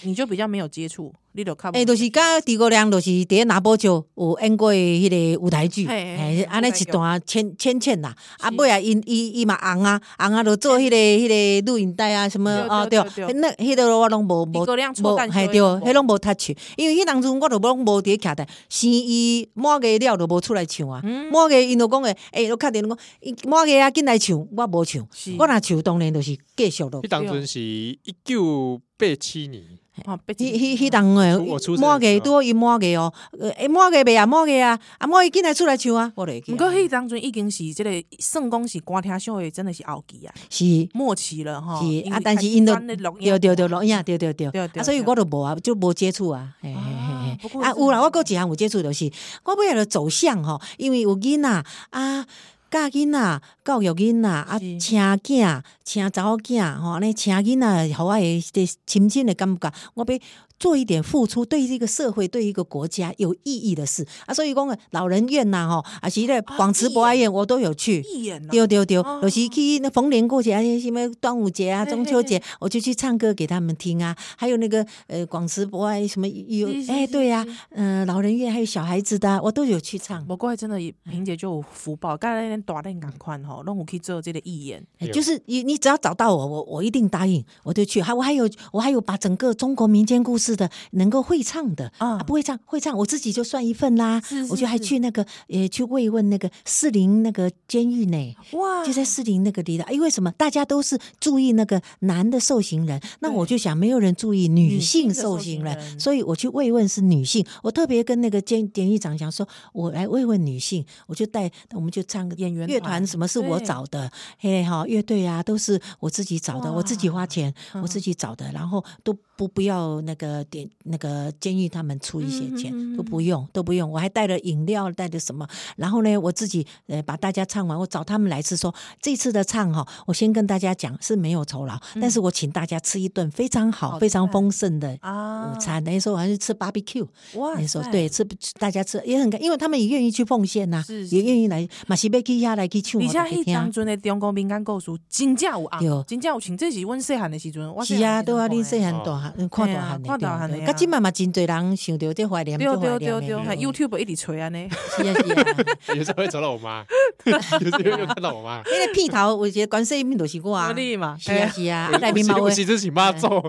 [SPEAKER 1] 你就比较没有接触，你都看不。
[SPEAKER 3] 诶，哎就是甲诸葛亮，就是伫咧拿破桥有演过迄个舞台剧，
[SPEAKER 1] 嘿
[SPEAKER 3] 诶，安尼
[SPEAKER 1] 舞台
[SPEAKER 3] 一
[SPEAKER 1] 剧
[SPEAKER 3] 段浅浅浅啦，啊，
[SPEAKER 1] 是
[SPEAKER 3] 尾啊，因伊伊嘛红啊，红啊，就做迄个迄个录影带啊，什么
[SPEAKER 1] 对
[SPEAKER 3] 哦，
[SPEAKER 1] 对
[SPEAKER 3] 对，
[SPEAKER 1] 对
[SPEAKER 3] 那迄个我拢无无
[SPEAKER 1] 诸葛亮出
[SPEAKER 3] 无，
[SPEAKER 1] 蛋
[SPEAKER 3] 系对，迄拢无 touch，因为迄当阵我都拢无伫咧徛台，生伊满月了都无出来唱啊，
[SPEAKER 1] 嗯
[SPEAKER 3] 满月因都讲诶，诶，都确定讲，伊满月啊进来唱，我无唱
[SPEAKER 1] 是，
[SPEAKER 3] 我若唱当然就是继续咯
[SPEAKER 2] 迄。当阵是一九八七 年，
[SPEAKER 1] 啊，被
[SPEAKER 3] 迄迄迄当诶
[SPEAKER 2] 我出，生的
[SPEAKER 3] 满
[SPEAKER 2] 时
[SPEAKER 3] 月
[SPEAKER 2] 候
[SPEAKER 3] 拄好伊满月哦，呃诶，满月袂啊，满月啊，啊满月进来出来唱啊，我就会记
[SPEAKER 1] 不
[SPEAKER 3] 啊。
[SPEAKER 1] 过迄当阵已经是即个算讲是歌听秀的，真的是后期啊，
[SPEAKER 3] 是。
[SPEAKER 1] 末期了吼。
[SPEAKER 3] 是
[SPEAKER 1] 因
[SPEAKER 3] 啊
[SPEAKER 1] 为，
[SPEAKER 3] 但
[SPEAKER 1] 开
[SPEAKER 3] 是
[SPEAKER 1] 始
[SPEAKER 3] 因都
[SPEAKER 1] 转咧录音
[SPEAKER 3] 对对对，录音啊，对对对，
[SPEAKER 1] 对嗯对
[SPEAKER 3] 啊，所以
[SPEAKER 1] 对
[SPEAKER 3] 我都无啊，就无接触啊，嘿嘿嘿
[SPEAKER 1] 啊
[SPEAKER 3] 嘿
[SPEAKER 1] 不过
[SPEAKER 3] 啊，
[SPEAKER 1] 是
[SPEAKER 3] 有啦，我有一项有接触就是，我尾了走向吼，因为有囡仔啊。教囡仔、教育囡仔啊，
[SPEAKER 1] 是
[SPEAKER 3] 请囝、请查某囝吼，安尼请囡仔，互我诶这亲近的感觉，我要做一点付出，对这个社会、对一个国家有意义的事啊。所以讲，老人院呐、吼，啊是咧
[SPEAKER 1] 哦
[SPEAKER 3] 广慈博爱院，我都有去。
[SPEAKER 1] 艺人啊
[SPEAKER 3] 对对对，
[SPEAKER 1] 哦
[SPEAKER 3] 就是去那逢年过节啊，那些什么端午节啊、
[SPEAKER 1] 嘿
[SPEAKER 3] 中秋节，我就去唱歌给他们听啊。还有那个呃广慈博爱什么有
[SPEAKER 1] 是是
[SPEAKER 3] 哎，
[SPEAKER 1] 是
[SPEAKER 3] 对呀、
[SPEAKER 1] 是
[SPEAKER 3] 嗯、老人院还有小孩子的啊、我都有去唱。
[SPEAKER 1] 不过真的萍姐就有福报，甲咱大恁共款吼，拢有去做即个艺人。
[SPEAKER 3] 哎
[SPEAKER 2] 有
[SPEAKER 3] 就是你，你只要找到我，我我一定答应，我就去。还我还有我还有把整个中国民间故事的能够会唱的
[SPEAKER 1] 啊
[SPEAKER 3] 啊，不会唱会唱，我自己就算一份啦。
[SPEAKER 1] 是是
[SPEAKER 3] 我就还
[SPEAKER 1] 是
[SPEAKER 3] 去那个呃去慰问那个士林那个监狱呢。
[SPEAKER 1] 哇
[SPEAKER 3] 就在士林那个地带，因为什么？大家都是注意那个男的受刑人，那
[SPEAKER 1] 对
[SPEAKER 3] 我就想没有人注意
[SPEAKER 1] 女
[SPEAKER 3] 女
[SPEAKER 1] 性
[SPEAKER 3] 性
[SPEAKER 1] 的
[SPEAKER 3] 受
[SPEAKER 1] 受
[SPEAKER 3] 刑
[SPEAKER 1] 刑
[SPEAKER 3] 人，
[SPEAKER 1] 人
[SPEAKER 3] 所以我去慰问是女性。我特别跟那个监典狱长讲说，我来慰问女性，我就带我们就唱个
[SPEAKER 1] 演员
[SPEAKER 3] 乐团，什么是我
[SPEAKER 1] 对
[SPEAKER 3] 找的，嘿哈，乐队啊都是我自己
[SPEAKER 1] 啊
[SPEAKER 3] 找的，我自己花钱，
[SPEAKER 1] 嗯
[SPEAKER 3] 我自己找的，然后都不不要那个点那个监狱他们出一些钱，
[SPEAKER 1] 嗯嗯嗯嗯
[SPEAKER 3] 都不用都不用，我还带了饮料，带了什么，然后呢，我自己呃把大家唱完，我找他们来吃说，这次的唱哈，我先跟大家讲是没有酬劳，但是我请大家吃一顿非常
[SPEAKER 1] 嗯好
[SPEAKER 3] 好、非常
[SPEAKER 1] 赞
[SPEAKER 3] 丰盛的。
[SPEAKER 1] 啊
[SPEAKER 3] 午餐那时候我还是吃 barbecue，
[SPEAKER 1] 哇
[SPEAKER 3] 那时候
[SPEAKER 1] 塞
[SPEAKER 3] 对吃大家吃也很感，因为他们也愿意去奉献呐、
[SPEAKER 1] 是
[SPEAKER 3] 也
[SPEAKER 1] 是
[SPEAKER 3] 愿意来马西贝去下来去唱
[SPEAKER 1] 而
[SPEAKER 3] 我
[SPEAKER 1] 且
[SPEAKER 3] 的去
[SPEAKER 1] 迄当
[SPEAKER 3] 听。
[SPEAKER 1] 阵的中国民间故事，真正有红，
[SPEAKER 3] 对
[SPEAKER 1] 真正有情，这是阮细汉的时阵。我
[SPEAKER 3] 是啊，对啊，
[SPEAKER 1] 恁
[SPEAKER 3] 恁细汉大汉，嗯看
[SPEAKER 1] 嘿
[SPEAKER 3] 大
[SPEAKER 1] 啊
[SPEAKER 3] 汉的，
[SPEAKER 1] 看大汉的
[SPEAKER 3] 甲
[SPEAKER 1] 啊
[SPEAKER 3] 即嘛嘛真侪人想到这怀念，
[SPEAKER 1] 对
[SPEAKER 3] 这
[SPEAKER 1] 对
[SPEAKER 3] 怀
[SPEAKER 1] 对对，还
[SPEAKER 3] 念的。
[SPEAKER 1] YouTube 一直吹安尼，
[SPEAKER 3] 是啊是啊，
[SPEAKER 2] 有时候会找到 我妈，有时候又看到我妈。
[SPEAKER 3] 迄个片头有一个关系面就是我啊，
[SPEAKER 1] 你嘛，
[SPEAKER 3] 是啊
[SPEAKER 1] 嘿，
[SPEAKER 3] 是啊，啊内面嘛
[SPEAKER 2] 我
[SPEAKER 3] 有
[SPEAKER 2] 其实是妈咒，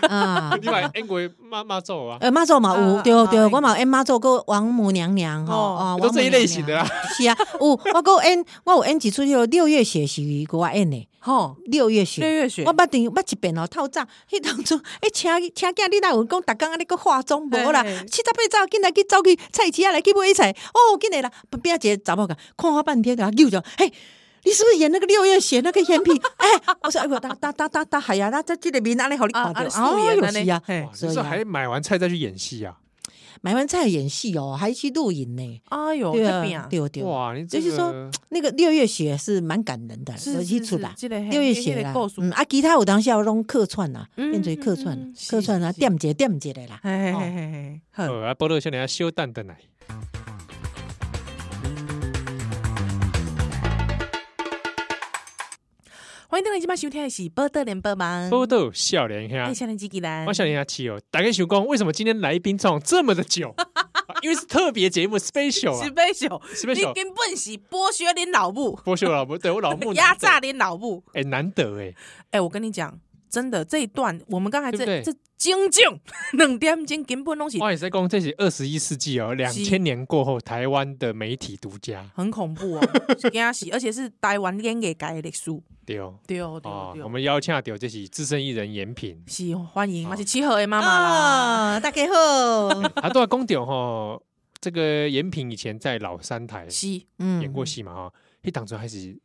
[SPEAKER 1] 哎
[SPEAKER 3] 啊。
[SPEAKER 2] 你把英国妈妈咒啊，
[SPEAKER 3] 呃，妈祖嘛
[SPEAKER 1] 啊
[SPEAKER 3] 有，
[SPEAKER 1] 啊
[SPEAKER 3] 对对，
[SPEAKER 1] 啊
[SPEAKER 3] 我嘛有演妈祖个王母娘娘吼，
[SPEAKER 1] 哦
[SPEAKER 3] 哦，
[SPEAKER 2] 都
[SPEAKER 3] 王母
[SPEAKER 2] 这一
[SPEAKER 3] 娘
[SPEAKER 2] 类型的
[SPEAKER 3] 娘。
[SPEAKER 2] 啦。
[SPEAKER 3] 是啊，有我有演，我有演几出迄个六月雪是给我演的，
[SPEAKER 1] 吼，
[SPEAKER 3] 六月
[SPEAKER 1] 六
[SPEAKER 3] 雪。
[SPEAKER 1] 月雪
[SPEAKER 3] 我，捌定捌一遍哦，透早迄当初，哎，请请囝，你若有讲，逐工安尼个化妆无啦，
[SPEAKER 1] 嘿嘿
[SPEAKER 3] 七早八早，紧来去走去菜市啊来去买菜，哦，紧来啦，边一个查某个看我半天，甲揪着，嘿。你是不是演那个六月雪那个烟屁？ 哎，我说哎呦，哒哒哒哒哒，系啊，那这这个面安尼互你
[SPEAKER 1] 啊
[SPEAKER 3] 看到，
[SPEAKER 1] 啊
[SPEAKER 3] 哦，
[SPEAKER 1] 素
[SPEAKER 3] 有
[SPEAKER 1] 颜
[SPEAKER 3] 是啊，
[SPEAKER 1] 嘿
[SPEAKER 2] 哇你是还买完菜再去演戏啊？
[SPEAKER 3] 买完菜演戏哦，还去露营呢，
[SPEAKER 1] 哎呦，
[SPEAKER 3] 对
[SPEAKER 1] 这
[SPEAKER 3] 啊
[SPEAKER 1] 边啊，
[SPEAKER 3] 对对，
[SPEAKER 2] 哇，你
[SPEAKER 3] 就是说
[SPEAKER 1] 嗯
[SPEAKER 3] 那个六月雪是蛮感人的，
[SPEAKER 1] 是
[SPEAKER 3] 啊有去
[SPEAKER 1] 是
[SPEAKER 3] 出
[SPEAKER 1] 是
[SPEAKER 3] 啦，，
[SPEAKER 1] 这个嘿
[SPEAKER 3] 六月
[SPEAKER 1] 这
[SPEAKER 3] 雪
[SPEAKER 1] 个
[SPEAKER 3] 啦
[SPEAKER 1] 故，事
[SPEAKER 3] 嗯，啊，其他有当下拢客串啦，
[SPEAKER 1] 嗯
[SPEAKER 3] 变做客串
[SPEAKER 1] 嗯嗯嗯
[SPEAKER 3] 啦，客串啦，
[SPEAKER 1] 是是
[SPEAKER 3] 点一个点一个啦，
[SPEAKER 1] 嘿嘿嘿嘿嘿，好，
[SPEAKER 2] 呃，波多少年修蛋的奶，
[SPEAKER 1] 欢迎大家今晚收听的是《报道联播网》，
[SPEAKER 2] 波多笑脸
[SPEAKER 1] 哎，
[SPEAKER 2] 兄，
[SPEAKER 1] 少年机器人
[SPEAKER 2] 我，笑脸兄气哦。打开熊光，为什么今天来宾唱这么的 久？啊因为是特别节目 special
[SPEAKER 1] 是
[SPEAKER 2] 啊
[SPEAKER 1] 被秀，你
[SPEAKER 2] ，special
[SPEAKER 1] 根本是剥削恁老母，
[SPEAKER 2] 波秀老母，对我老母
[SPEAKER 1] 压榨
[SPEAKER 2] 难
[SPEAKER 1] 恁老母。
[SPEAKER 2] 得，哎，难得哎，
[SPEAKER 1] 哎、我跟你讲，真的这一段，我们刚才这
[SPEAKER 2] 对不对
[SPEAKER 1] 这整整两点钟根本东西
[SPEAKER 2] 我也是在讲这是二十一世纪哦，两千年过后台湾的媒体独家。
[SPEAKER 1] 很恐怖哦，惊死！而且是台湾演给改的历史，
[SPEAKER 2] 对哦，
[SPEAKER 1] 对对
[SPEAKER 2] 啊，我
[SPEAKER 1] 对，，
[SPEAKER 2] 们邀请到这是资深艺人严品
[SPEAKER 1] 是欢迎，
[SPEAKER 2] 啊
[SPEAKER 1] 嘛是七和的妈妈啦，
[SPEAKER 3] 啊，大家好，
[SPEAKER 2] 啊，都要公掉吼，这个严品以前在老三台
[SPEAKER 1] 是
[SPEAKER 3] 嗯
[SPEAKER 2] 演过戏嘛哈，一当初开始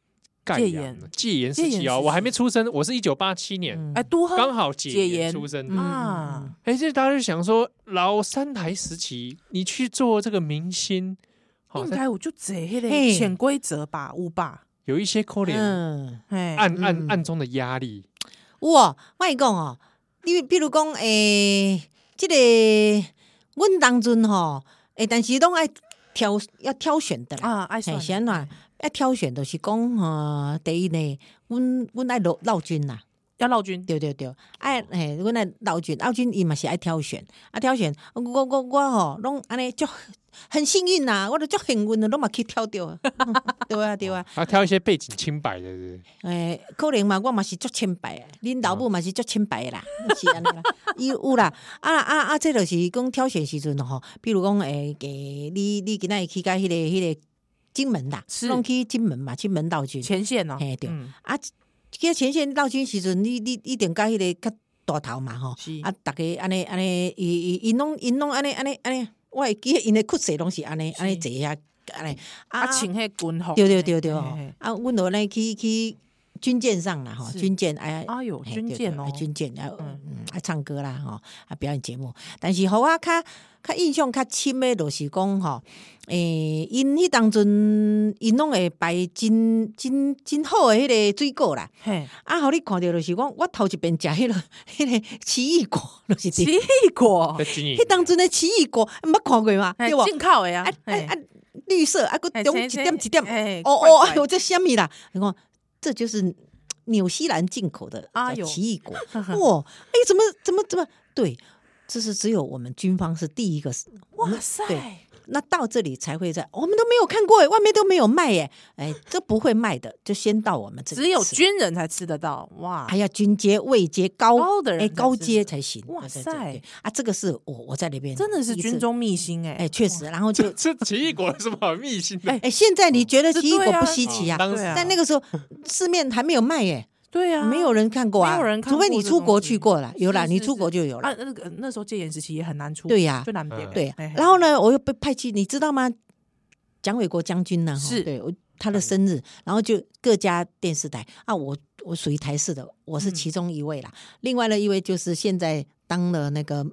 [SPEAKER 2] 干
[SPEAKER 1] 戒
[SPEAKER 2] 养
[SPEAKER 1] 严
[SPEAKER 2] 了戒严
[SPEAKER 1] 戒
[SPEAKER 2] 时
[SPEAKER 1] 严
[SPEAKER 2] 期哦，
[SPEAKER 1] 时
[SPEAKER 2] 我还
[SPEAKER 1] 期
[SPEAKER 2] 没出生，我是一九八七年，
[SPEAKER 3] 嗯
[SPEAKER 1] 哎，都喝
[SPEAKER 2] 刚好解
[SPEAKER 1] 戒
[SPEAKER 2] 严
[SPEAKER 1] 严
[SPEAKER 2] 出生
[SPEAKER 3] 嗯
[SPEAKER 2] 的。
[SPEAKER 1] 啊，
[SPEAKER 2] 哎，这大家就想说，老三台时期你去做这个明星，好
[SPEAKER 3] 嗯
[SPEAKER 1] 应
[SPEAKER 2] 像
[SPEAKER 1] 该有就这迄个
[SPEAKER 3] 嘿
[SPEAKER 1] 潜规则吧，有吧？
[SPEAKER 2] 有一些扣脸
[SPEAKER 3] 嗯，
[SPEAKER 1] 哎，
[SPEAKER 2] 暗暗
[SPEAKER 3] 嗯
[SPEAKER 2] 暗中的压力。
[SPEAKER 3] 哇，我跟你讲哦，你比如讲诶，即、个阮当阵吼，诶，但是拢爱挑要挑选的啦，
[SPEAKER 1] 啊，爱
[SPEAKER 3] 嘿
[SPEAKER 1] 算
[SPEAKER 3] 是安怎要挑选就是讲吼，第一呢，阮阮爱绕绕军啦。
[SPEAKER 1] 要闹军，
[SPEAKER 3] 对对对，爱嘿，阮来老君，老君伊嘛是爱挑选，啊挑选，我我我吼，拢安尼足很幸运呐、我都足幸运的， 拢嘛去挑着啊，嗯对啊对啊，
[SPEAKER 2] 啊，挑一些背景清白的，是
[SPEAKER 3] 诶、可能嘛，我嘛是足清白的，恁老母嘛是足清白的啦，是安尼啦，伊有啦，啊啊啊，这就是讲挑选时阵吼，比如讲诶，给、你你今仔日去到迄、个迄、个金门啦，
[SPEAKER 1] 是
[SPEAKER 3] 拢去金门嘛，金门老君，
[SPEAKER 1] 前线哦，
[SPEAKER 3] 嘿对。
[SPEAKER 2] 嗯，
[SPEAKER 3] 啊，去前线闹军时阵，你你一定甲迄个较大头嘛吼
[SPEAKER 1] 是，
[SPEAKER 3] 啊，逐个安尼安尼，伊伊因拢因拢安尼安尼安尼，我会记得因的裤势拢是安尼安尼坐遐安尼，
[SPEAKER 1] 啊，穿迄军服，
[SPEAKER 3] 对对对对，
[SPEAKER 1] 嘿
[SPEAKER 3] 吼
[SPEAKER 1] 嘿嘿，
[SPEAKER 3] 啊，阮落来去去军舰上啦吼，
[SPEAKER 1] 是
[SPEAKER 3] 军舰哎。
[SPEAKER 1] 哎呦，
[SPEAKER 3] 嘿
[SPEAKER 1] 军
[SPEAKER 3] 对
[SPEAKER 1] 舰
[SPEAKER 3] 对
[SPEAKER 1] 哦
[SPEAKER 3] 啊，军舰啊，
[SPEAKER 1] 嗯
[SPEAKER 3] 嗯，啊，唱歌啦，吼，啊，表演节目。但是，互我较较印象较深的，就是讲吼，诶，因迄当阵，因拢会摆真真真好诶，迄个水果啦，
[SPEAKER 1] 嘿，
[SPEAKER 3] 啊，互你看着就是讲，我头一遍食迄落 迄个奇异果，就是
[SPEAKER 1] 奇
[SPEAKER 3] 伫
[SPEAKER 1] 异果
[SPEAKER 2] 在，军营
[SPEAKER 3] 迄哦 当阵的奇异果，毋捌看过嘛，
[SPEAKER 1] 嘿
[SPEAKER 3] 对无？
[SPEAKER 1] 进口的啊
[SPEAKER 3] 啊，啊
[SPEAKER 1] 嘿
[SPEAKER 3] 啊，绿色啊，个
[SPEAKER 1] 嘿
[SPEAKER 3] 中
[SPEAKER 1] 青
[SPEAKER 3] 一
[SPEAKER 1] 青
[SPEAKER 3] 点一点，
[SPEAKER 1] 嘿
[SPEAKER 3] 哦
[SPEAKER 1] 怪
[SPEAKER 3] 哦，
[SPEAKER 1] 怪
[SPEAKER 3] 哎呦，这虾米啦？你看，这就是纽西兰进口的
[SPEAKER 1] 哎
[SPEAKER 3] 叫
[SPEAKER 1] 呦
[SPEAKER 3] 奇 异果，哇！哎，怎么怎么怎么？对，这是只有我们军方是第一个，
[SPEAKER 1] 哇塞，
[SPEAKER 3] 对那到这里才会在，我们都没有看过耶，外面都没有卖耶，哎，这不会卖的，就先到我们这里
[SPEAKER 1] 只有
[SPEAKER 3] 吃
[SPEAKER 1] 军人才吃得到，哇
[SPEAKER 3] 还，要军阶、位阶高
[SPEAKER 1] 高的人
[SPEAKER 3] 哎，
[SPEAKER 1] 才
[SPEAKER 3] 高
[SPEAKER 1] 是
[SPEAKER 3] 阶才行。
[SPEAKER 1] 哇
[SPEAKER 3] 对对
[SPEAKER 1] 塞
[SPEAKER 3] 对对啊，这个是我我在那边
[SPEAKER 1] 真的是
[SPEAKER 3] 第一次
[SPEAKER 1] 军，中秘辛哎，
[SPEAKER 3] 哎，确实。然后就
[SPEAKER 2] 这奇异果有什么好秘辛的？
[SPEAKER 1] 哎
[SPEAKER 3] 哎，现在你觉 得
[SPEAKER 1] 这
[SPEAKER 3] 奇异果
[SPEAKER 1] 对啊
[SPEAKER 3] 不稀奇啊？
[SPEAKER 2] 哦当时
[SPEAKER 1] 对啊
[SPEAKER 3] 但那个 时候市面还没有卖耶，
[SPEAKER 1] 对啊，
[SPEAKER 3] 没有人看过啊，
[SPEAKER 1] 没有人看
[SPEAKER 3] 除非
[SPEAKER 1] 过
[SPEAKER 3] 你
[SPEAKER 1] 这
[SPEAKER 3] 出
[SPEAKER 1] 东
[SPEAKER 3] 国
[SPEAKER 1] 西
[SPEAKER 3] 去过了，有啦，
[SPEAKER 1] 是
[SPEAKER 3] 你
[SPEAKER 1] 是
[SPEAKER 3] 出国
[SPEAKER 1] 是
[SPEAKER 3] 就有
[SPEAKER 1] 啊
[SPEAKER 3] 了，，
[SPEAKER 1] 那个那时候戒严时期也很难出，
[SPEAKER 3] 对呀
[SPEAKER 1] 最难
[SPEAKER 2] 嗯
[SPEAKER 1] 点，
[SPEAKER 3] 对呀
[SPEAKER 1] 啊欸
[SPEAKER 3] 啊
[SPEAKER 1] 嘿嘿。
[SPEAKER 3] 然后呢，我又被派去，你知道吗？蒋纬国将军呢？哈
[SPEAKER 1] 是嗯
[SPEAKER 3] 对我他的生日，然后就各家电视台啊，我我属于台视的，我是
[SPEAKER 1] 嗯
[SPEAKER 3] 其中一位啦。另外呢，一位就是现在当了那个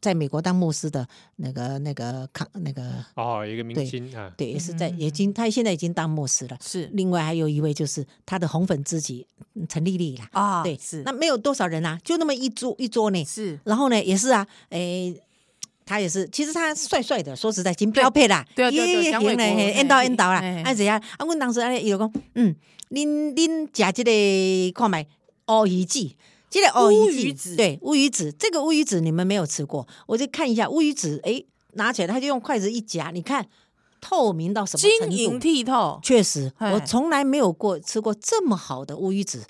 [SPEAKER 3] 在美国当牧师的那个那个康那个，
[SPEAKER 2] 哦，一个明星啊，
[SPEAKER 3] 对，也是在
[SPEAKER 1] 嗯嗯嗯
[SPEAKER 3] 已经他现在已经当牧师了。
[SPEAKER 1] 是
[SPEAKER 3] 另外还有一位就是他的红粉知己嗯陈丽丽啦，
[SPEAKER 1] 啊，
[SPEAKER 3] 对，
[SPEAKER 1] 是
[SPEAKER 3] 那没有多少人啊，就那么一桌一桌呢，
[SPEAKER 1] 是
[SPEAKER 3] 然后呢，也是啊，诶，他也是，其实他帅帅的，说实在，金标配啦，
[SPEAKER 1] 对对啊对对
[SPEAKER 3] 也
[SPEAKER 1] 蒋纬
[SPEAKER 3] 行嘞，
[SPEAKER 1] 国
[SPEAKER 3] 嘿
[SPEAKER 1] 嘿
[SPEAKER 3] 按到按到啦
[SPEAKER 1] 嘿嘿，
[SPEAKER 3] 啊怎样？啊，阮当时安尼伊就讲，嗯，恁恁食即个看觅乌鱼子。这个乌
[SPEAKER 1] 乌
[SPEAKER 3] 鱼
[SPEAKER 1] 鱼
[SPEAKER 3] 子，
[SPEAKER 1] 子
[SPEAKER 3] 对乌鱼子，这个乌鱼子你们没有吃过，我就看一下乌鱼子，诶，拿起来他就用筷子一夹，你看透明到什么
[SPEAKER 1] 晶
[SPEAKER 3] 程度？
[SPEAKER 1] 莹剔透，
[SPEAKER 3] 确实，
[SPEAKER 1] 哎
[SPEAKER 3] 我从来没有过吃过这么好的乌鱼子。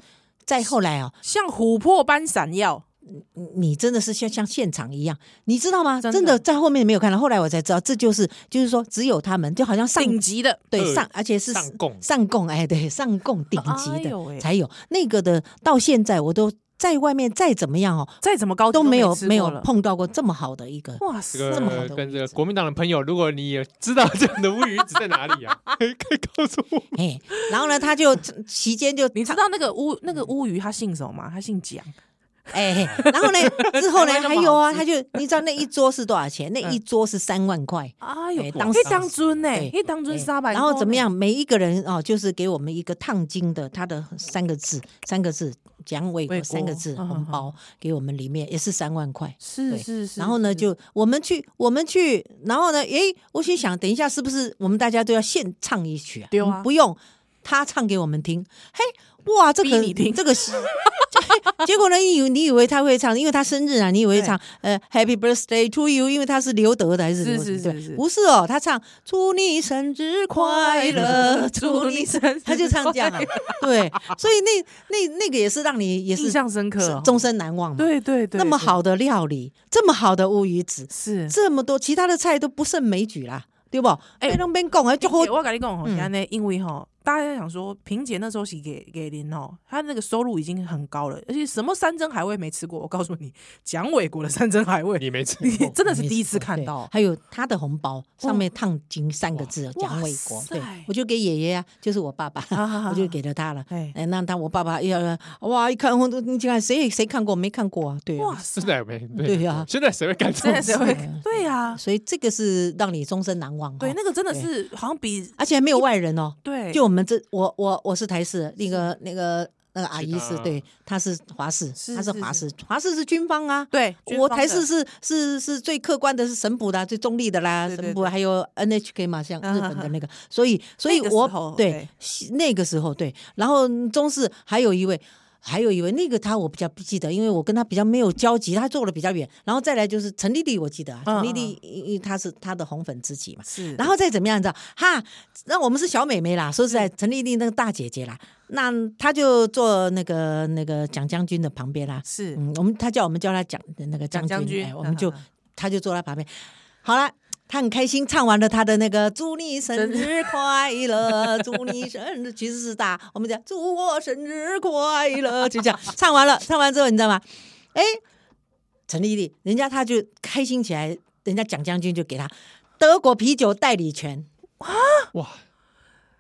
[SPEAKER 3] 再后来哦，
[SPEAKER 1] 像琥珀般闪耀，
[SPEAKER 3] 你你真的是像像现场一样，你知道吗？真
[SPEAKER 1] 真
[SPEAKER 3] 的
[SPEAKER 1] 的
[SPEAKER 3] 在后面没有看到，后来我才知道，这就是就是说，只有他们就好像上
[SPEAKER 1] 顶级的
[SPEAKER 3] 对
[SPEAKER 2] 呃
[SPEAKER 3] 上，而且是
[SPEAKER 2] 上供
[SPEAKER 3] 上供哎，对上供顶级
[SPEAKER 1] 哎
[SPEAKER 3] 的、
[SPEAKER 1] 呦喂
[SPEAKER 3] 才有那个的，到现在我都在外面再怎么样哦，
[SPEAKER 1] 再怎么高级
[SPEAKER 3] 都没有
[SPEAKER 1] 吃
[SPEAKER 3] 没有
[SPEAKER 1] 过了。
[SPEAKER 3] 碰到过这么好的一 个。
[SPEAKER 1] 哇
[SPEAKER 2] 这
[SPEAKER 1] 塞，
[SPEAKER 2] 个
[SPEAKER 3] 这么好的
[SPEAKER 2] 跟
[SPEAKER 3] 乌鱼
[SPEAKER 2] 这个
[SPEAKER 3] 子
[SPEAKER 2] 国民党的朋友，如果你也知道这样的乌鱼子在哪 里啊，可以可以告诉我。
[SPEAKER 3] 哎，然后呢，他就 期间就
[SPEAKER 1] 你知道那个乌那
[SPEAKER 3] 嗯
[SPEAKER 1] 个乌鱼他姓什么吗？他姓蒋，
[SPEAKER 3] 哎，嘿然后呢，之后呢，
[SPEAKER 1] 台湾就
[SPEAKER 3] 还
[SPEAKER 1] 不好
[SPEAKER 3] 有啊，
[SPEAKER 1] 吃
[SPEAKER 3] 他就你知道那一桌是多少钱？那
[SPEAKER 1] 嗯
[SPEAKER 3] 一桌是三万块。
[SPEAKER 1] 哎呦
[SPEAKER 3] 哎，当
[SPEAKER 1] 当
[SPEAKER 3] 时
[SPEAKER 1] 当尊呢
[SPEAKER 3] 对，
[SPEAKER 1] 一当尊
[SPEAKER 3] 对
[SPEAKER 1] 沙欸百，
[SPEAKER 3] 哎然后怎么？样？每一个人哦，就是给我们一个烫金的，他的三个字，三个字，蒋伟国
[SPEAKER 1] 伟国
[SPEAKER 3] 三个字
[SPEAKER 1] 嗯
[SPEAKER 3] 红包给我们，里面也是三万块。
[SPEAKER 1] 是
[SPEAKER 3] 对
[SPEAKER 1] 是是，
[SPEAKER 3] 然后呢，
[SPEAKER 1] 是
[SPEAKER 3] 就我们去，我们去，然后呢，诶，我心想，等一下是不是我们大家都要现唱一曲啊？
[SPEAKER 1] 对啊
[SPEAKER 3] 我们不用，他唱给我们听。嘿，哇，这个
[SPEAKER 1] 逼你听
[SPEAKER 3] 这个是。结果呢？你以为你以为他会唱，因为他生日啊，你以为唱呃 Happy Birthday to you，因为他是刘德的还是
[SPEAKER 1] 是
[SPEAKER 3] 刘
[SPEAKER 1] 是
[SPEAKER 3] 对
[SPEAKER 1] 是是
[SPEAKER 3] 不是哦，他唱祝你生日快乐，祝你生，
[SPEAKER 1] 日
[SPEAKER 3] 他就唱这样啊，对，所以那那那个也是让你也
[SPEAKER 1] 印
[SPEAKER 3] 是
[SPEAKER 1] 象深刻哦，
[SPEAKER 3] 终身难忘嘛。
[SPEAKER 1] 对对对，
[SPEAKER 3] 那么
[SPEAKER 1] 对
[SPEAKER 3] 好的料理，这么好的乌鱼子，
[SPEAKER 1] 是
[SPEAKER 3] 这么多其他的菜都不胜枚举啦，对不？
[SPEAKER 1] 哎
[SPEAKER 3] 哎，东边讲还就好
[SPEAKER 1] 姐，我跟你讲吼，
[SPEAKER 3] 嗯
[SPEAKER 1] 是安尼，因为吼，大家想说，萍姐那时候写给给林哦，她那个收入已经很高了，而且什么山珍海味没吃过，我告诉你，蒋伟国的山珍海味，
[SPEAKER 2] 你没吃
[SPEAKER 1] 你
[SPEAKER 2] 过，
[SPEAKER 1] 真的是第一次看到
[SPEAKER 3] 对。还有他的红包上面烫金三个字，哦
[SPEAKER 1] 哇
[SPEAKER 3] 蒋伟国
[SPEAKER 1] 哇，塞
[SPEAKER 3] 对我就给爷爷啊，就是我爸爸，
[SPEAKER 1] 啊
[SPEAKER 3] 我就给了他了。
[SPEAKER 1] 哎
[SPEAKER 3] 哎，那他我爸爸要哇，一看我都你看谁谁看过没看过啊？对啊，
[SPEAKER 1] 哇塞
[SPEAKER 2] 现，在有没？
[SPEAKER 3] 对啊呀
[SPEAKER 2] 现在谁会干这
[SPEAKER 1] 真
[SPEAKER 2] 种
[SPEAKER 1] 的
[SPEAKER 2] 事
[SPEAKER 1] 是？会对 呀，
[SPEAKER 3] 所以这个是让你终身难忘。
[SPEAKER 1] 对，
[SPEAKER 3] 哦，
[SPEAKER 1] 那个真的是好像比
[SPEAKER 3] 而且还没有外人哦。
[SPEAKER 1] 对
[SPEAKER 3] 就我们这，我我我是台式，那个那个那个阿姨
[SPEAKER 2] 是
[SPEAKER 3] 是
[SPEAKER 2] 的
[SPEAKER 3] 对，她是华氏，
[SPEAKER 1] 是
[SPEAKER 3] 她是
[SPEAKER 1] 是
[SPEAKER 3] 华
[SPEAKER 1] 是
[SPEAKER 3] 氏，华氏是军方啊。
[SPEAKER 1] 对，
[SPEAKER 3] 我台
[SPEAKER 1] 是
[SPEAKER 3] 视是是是最客观的，是神捕的啊，最中立的啦，
[SPEAKER 1] 对对啊
[SPEAKER 3] 神捕还有 NHK 嘛，像日本的那个，所以所以
[SPEAKER 1] 那个时候
[SPEAKER 3] 我
[SPEAKER 1] 对
[SPEAKER 3] 对西那个时候对，然后中视还有一位。还有一位，那个他我比较不记得，因为我跟他比较没有交集，他坐的比较远。然后再来就是陈丽丽，我记得啊，
[SPEAKER 1] 嗯
[SPEAKER 3] 陈丽丽，因为她是她的红粉知己嘛，
[SPEAKER 1] 是，
[SPEAKER 3] 然后再怎么样，你知道？哈，那我们是小美眉啦，说实在，陈丽丽那个大姐姐啦，那她就坐那个那个蒋将军的旁边啦。
[SPEAKER 1] 是
[SPEAKER 3] 嗯，我们他叫我们叫他蒋那个
[SPEAKER 1] 蒋
[SPEAKER 3] 将
[SPEAKER 1] 将
[SPEAKER 3] 军，
[SPEAKER 1] 军，嗯
[SPEAKER 3] 哎，我们就
[SPEAKER 1] 哈哈
[SPEAKER 3] 他就坐在旁边。好了。他很开心，唱完了他的那个“祝你生日快乐，祝你生日”，其实是大，我们讲“祝我生日快乐”，就这样唱完了。唱完之后，你知道吗？哎，陈丽丽，人家他就开心起来，人家蒋将军就给他德国啤酒代理权。
[SPEAKER 2] 哇，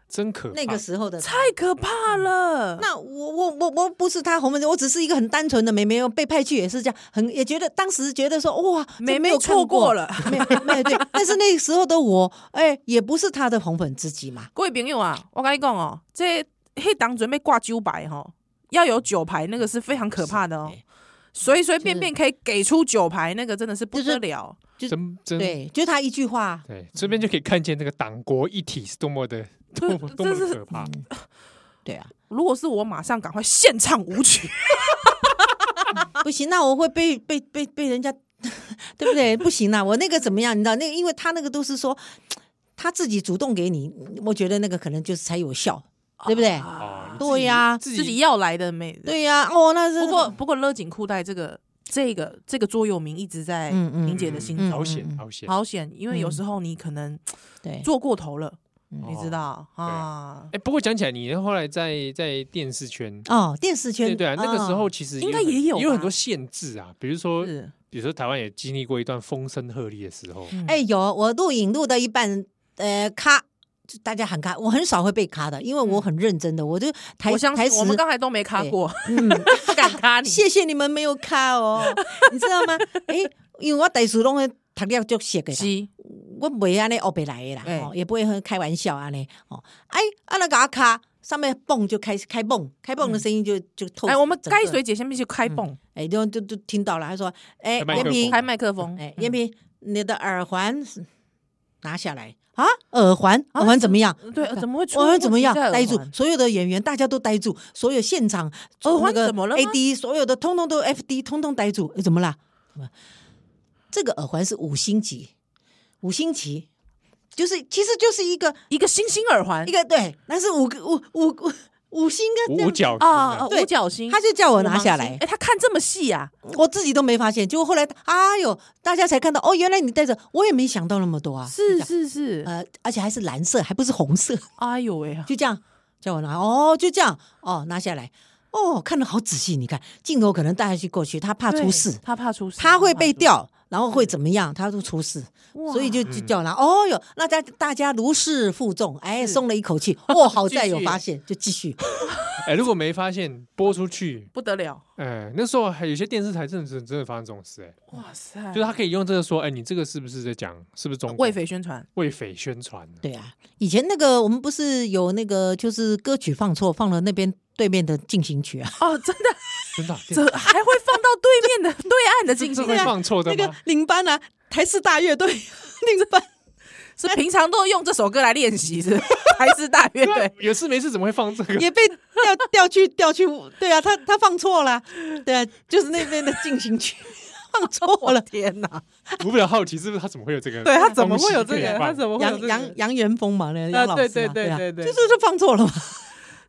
[SPEAKER 2] 真可怕！
[SPEAKER 3] 那个时候的
[SPEAKER 1] 太可怕了。
[SPEAKER 3] 那我我我我不是他红门，我只是一个很单纯的妹妹，被派去也是这样，很也觉得当时觉得说哇，这
[SPEAKER 1] 妹
[SPEAKER 3] 没
[SPEAKER 1] 妹
[SPEAKER 3] 有看
[SPEAKER 1] 错过
[SPEAKER 3] 过，
[SPEAKER 1] 了，
[SPEAKER 3] 没有没有对，但是那个时候的我，哎，也不是他的红粉知己嘛，
[SPEAKER 1] 各位朋友啊，我跟你讲哦，这黑当准备挂九牌哈，要有九牌那个是非常可怕的哦
[SPEAKER 3] 是，
[SPEAKER 1] 随随便便可以给出九牌，那个真的是不得了。
[SPEAKER 2] 真真
[SPEAKER 3] 对，就他一句话，
[SPEAKER 2] 对，这边就可以看见那个党国一体是多么的多么多么
[SPEAKER 1] 这
[SPEAKER 2] 的
[SPEAKER 1] 是嗯
[SPEAKER 2] 可怕。
[SPEAKER 3] 对啊，
[SPEAKER 1] 如果是我，马上赶快献唱舞 曲。
[SPEAKER 3] 不行，那我会被被被被人家， 对不对？不行啊，我那个怎么样？你知道，那个因为他那个都是说他自己主动给你，我觉得那个可能就是才有效，对不对？
[SPEAKER 1] 啊
[SPEAKER 2] 哦你自己
[SPEAKER 3] 对呀
[SPEAKER 2] 自
[SPEAKER 1] 自己
[SPEAKER 2] 己
[SPEAKER 1] 要来的美。，
[SPEAKER 3] 对呀、哦，那是
[SPEAKER 1] 不过不过勒紧裤带这个这个这个座右铭一直在
[SPEAKER 3] 嗯嗯
[SPEAKER 1] 萍姐的心中，
[SPEAKER 3] 嗯
[SPEAKER 2] 好险好险！
[SPEAKER 1] 好险，因为有时候你可能
[SPEAKER 3] 对
[SPEAKER 1] 做过头了，
[SPEAKER 3] 嗯
[SPEAKER 1] 你知道
[SPEAKER 2] 对
[SPEAKER 1] 啊？
[SPEAKER 2] 哎，不过讲起来，你后来在在电视圈，
[SPEAKER 3] 哦，电视圈
[SPEAKER 2] 对对啊，那个时候
[SPEAKER 3] 哦
[SPEAKER 2] 其实
[SPEAKER 1] 应该
[SPEAKER 2] 很
[SPEAKER 1] 也有
[SPEAKER 2] 也有
[SPEAKER 1] 吧
[SPEAKER 2] 很多限制啊，比如
[SPEAKER 3] 哎
[SPEAKER 2] 说
[SPEAKER 1] 是
[SPEAKER 2] 比如说台湾也经历过一段风声鹤唳的时候，
[SPEAKER 1] 嗯
[SPEAKER 3] 哎，有我录影录到一半，呃，咔，就大家喊咔，我很少会被咔的，因为我很认真的，我就台
[SPEAKER 1] 嗯我相
[SPEAKER 3] 台
[SPEAKER 1] 信
[SPEAKER 3] 词
[SPEAKER 1] 我们刚才都没卡过，
[SPEAKER 3] 嗯，
[SPEAKER 1] 不敢卡你。
[SPEAKER 3] 谢谢你们没有咔哦， 你知道吗？哎，因为我台词拢会读了就写给他。
[SPEAKER 1] 是
[SPEAKER 3] 我袂安尼学袂来的啦，
[SPEAKER 1] 哎
[SPEAKER 3] 哦，也不会很开玩笑安尼，哦，哎，啊那个咔，上面蹦就开始开蹦，开蹦的声音就就透。
[SPEAKER 1] 嗯哎，我们
[SPEAKER 3] 整个
[SPEAKER 1] 该水姐先必须开泵，
[SPEAKER 3] 哎，就就就听到了，他说，哎，
[SPEAKER 2] 开麦克
[SPEAKER 3] 严
[SPEAKER 2] 风
[SPEAKER 3] 平
[SPEAKER 1] 开麦克风，
[SPEAKER 3] 哎，
[SPEAKER 1] 嗯
[SPEAKER 3] 燕平，你的耳环是拿下来啊！耳环，耳环怎么样？啊
[SPEAKER 1] 对，怎么会出？
[SPEAKER 3] 耳环怎么样？呆住
[SPEAKER 1] 耳，
[SPEAKER 3] 所有的演员大家都呆住，所有现场
[SPEAKER 1] 耳环
[SPEAKER 3] 那个
[SPEAKER 1] 怎么了吗
[SPEAKER 3] ？AD 所有的通通都 FD 通通呆住，哎怎么啦？怎么这个耳环是五星级，五星级就是其实就是一个
[SPEAKER 1] 一个星星耳环，
[SPEAKER 3] 一个对，那是五个五五五五星
[SPEAKER 2] 五
[SPEAKER 3] 跟这
[SPEAKER 2] 五
[SPEAKER 3] 样
[SPEAKER 2] 角星
[SPEAKER 1] 啊，啊
[SPEAKER 2] 啊，
[SPEAKER 3] 对
[SPEAKER 1] 五角星，
[SPEAKER 3] 他就叫我拿下
[SPEAKER 1] 五芒
[SPEAKER 3] 来
[SPEAKER 1] 星，哎，他看这么细啊，
[SPEAKER 3] 我自己都没发现，结果后来哎呦，大家才看到哦，原来你戴着，我也没想到那么多啊，
[SPEAKER 1] 是是是，
[SPEAKER 3] 呃，而且还是蓝色，还不是红色，
[SPEAKER 1] 哎呦喂啊，
[SPEAKER 3] 就这样叫我拿，哦，就这样，哦，拿下来，哦，看得好仔细，你看镜头可能带下去过去，他怕出
[SPEAKER 1] 对
[SPEAKER 3] 事，
[SPEAKER 1] 他怕出事，
[SPEAKER 3] 他会被
[SPEAKER 1] 怕出事，
[SPEAKER 3] 掉，然后会怎么样，他都出事，
[SPEAKER 1] 哇
[SPEAKER 3] 所以就就
[SPEAKER 2] 嗯
[SPEAKER 3] 叫我拿，哦哟，那大家大家如释负重，哎，
[SPEAKER 1] 是
[SPEAKER 3] 松了一口气， 哦，好在
[SPEAKER 2] 继
[SPEAKER 3] 有
[SPEAKER 2] 续
[SPEAKER 3] 发现，就继续，
[SPEAKER 2] 哎，如果没发现播出去，
[SPEAKER 1] 不得了，
[SPEAKER 2] 哎，那时候还有些电视台真的真真的发生这种事，哎，
[SPEAKER 1] 哇塞，
[SPEAKER 2] 就是他可以用这个说，哎，你这个是不是在讲是不是中国
[SPEAKER 1] 为匪宣 传，
[SPEAKER 2] 为匪宣传呢？
[SPEAKER 3] 对啊，以前那个我们不是有那个就是歌曲放错，放了那边对面的进行曲啊。
[SPEAKER 1] 哦，真的，
[SPEAKER 2] 真的啊
[SPEAKER 1] 这还会放到对面的 对岸的进
[SPEAKER 2] 这
[SPEAKER 1] 行
[SPEAKER 2] 会，放错的
[SPEAKER 3] 那个
[SPEAKER 2] 吗？
[SPEAKER 3] 领班啊，台式大乐队领班，
[SPEAKER 1] 是平常都用这首歌来练习， 是还是大乐
[SPEAKER 2] 对啊
[SPEAKER 1] 队？，
[SPEAKER 2] 有事没事怎么会放这个？
[SPEAKER 3] 也被调调去调去，对啊，他他放错了，对啊，就是那边的进行曲 放错了。
[SPEAKER 1] 天哪，
[SPEAKER 2] 我比较好奇，是不是他怎么会有这个？
[SPEAKER 1] 对他怎么会有这
[SPEAKER 2] 东西可以
[SPEAKER 1] 个？
[SPEAKER 2] 放
[SPEAKER 1] 他怎么会有
[SPEAKER 3] 杨
[SPEAKER 1] 这
[SPEAKER 3] 杨
[SPEAKER 1] 个？
[SPEAKER 3] 杨元峰嘛，那个
[SPEAKER 1] 啊
[SPEAKER 3] 杨老师
[SPEAKER 1] 对
[SPEAKER 3] 嘛，
[SPEAKER 1] 对对
[SPEAKER 3] 啊
[SPEAKER 1] 对对
[SPEAKER 3] 就是就放错了嘛，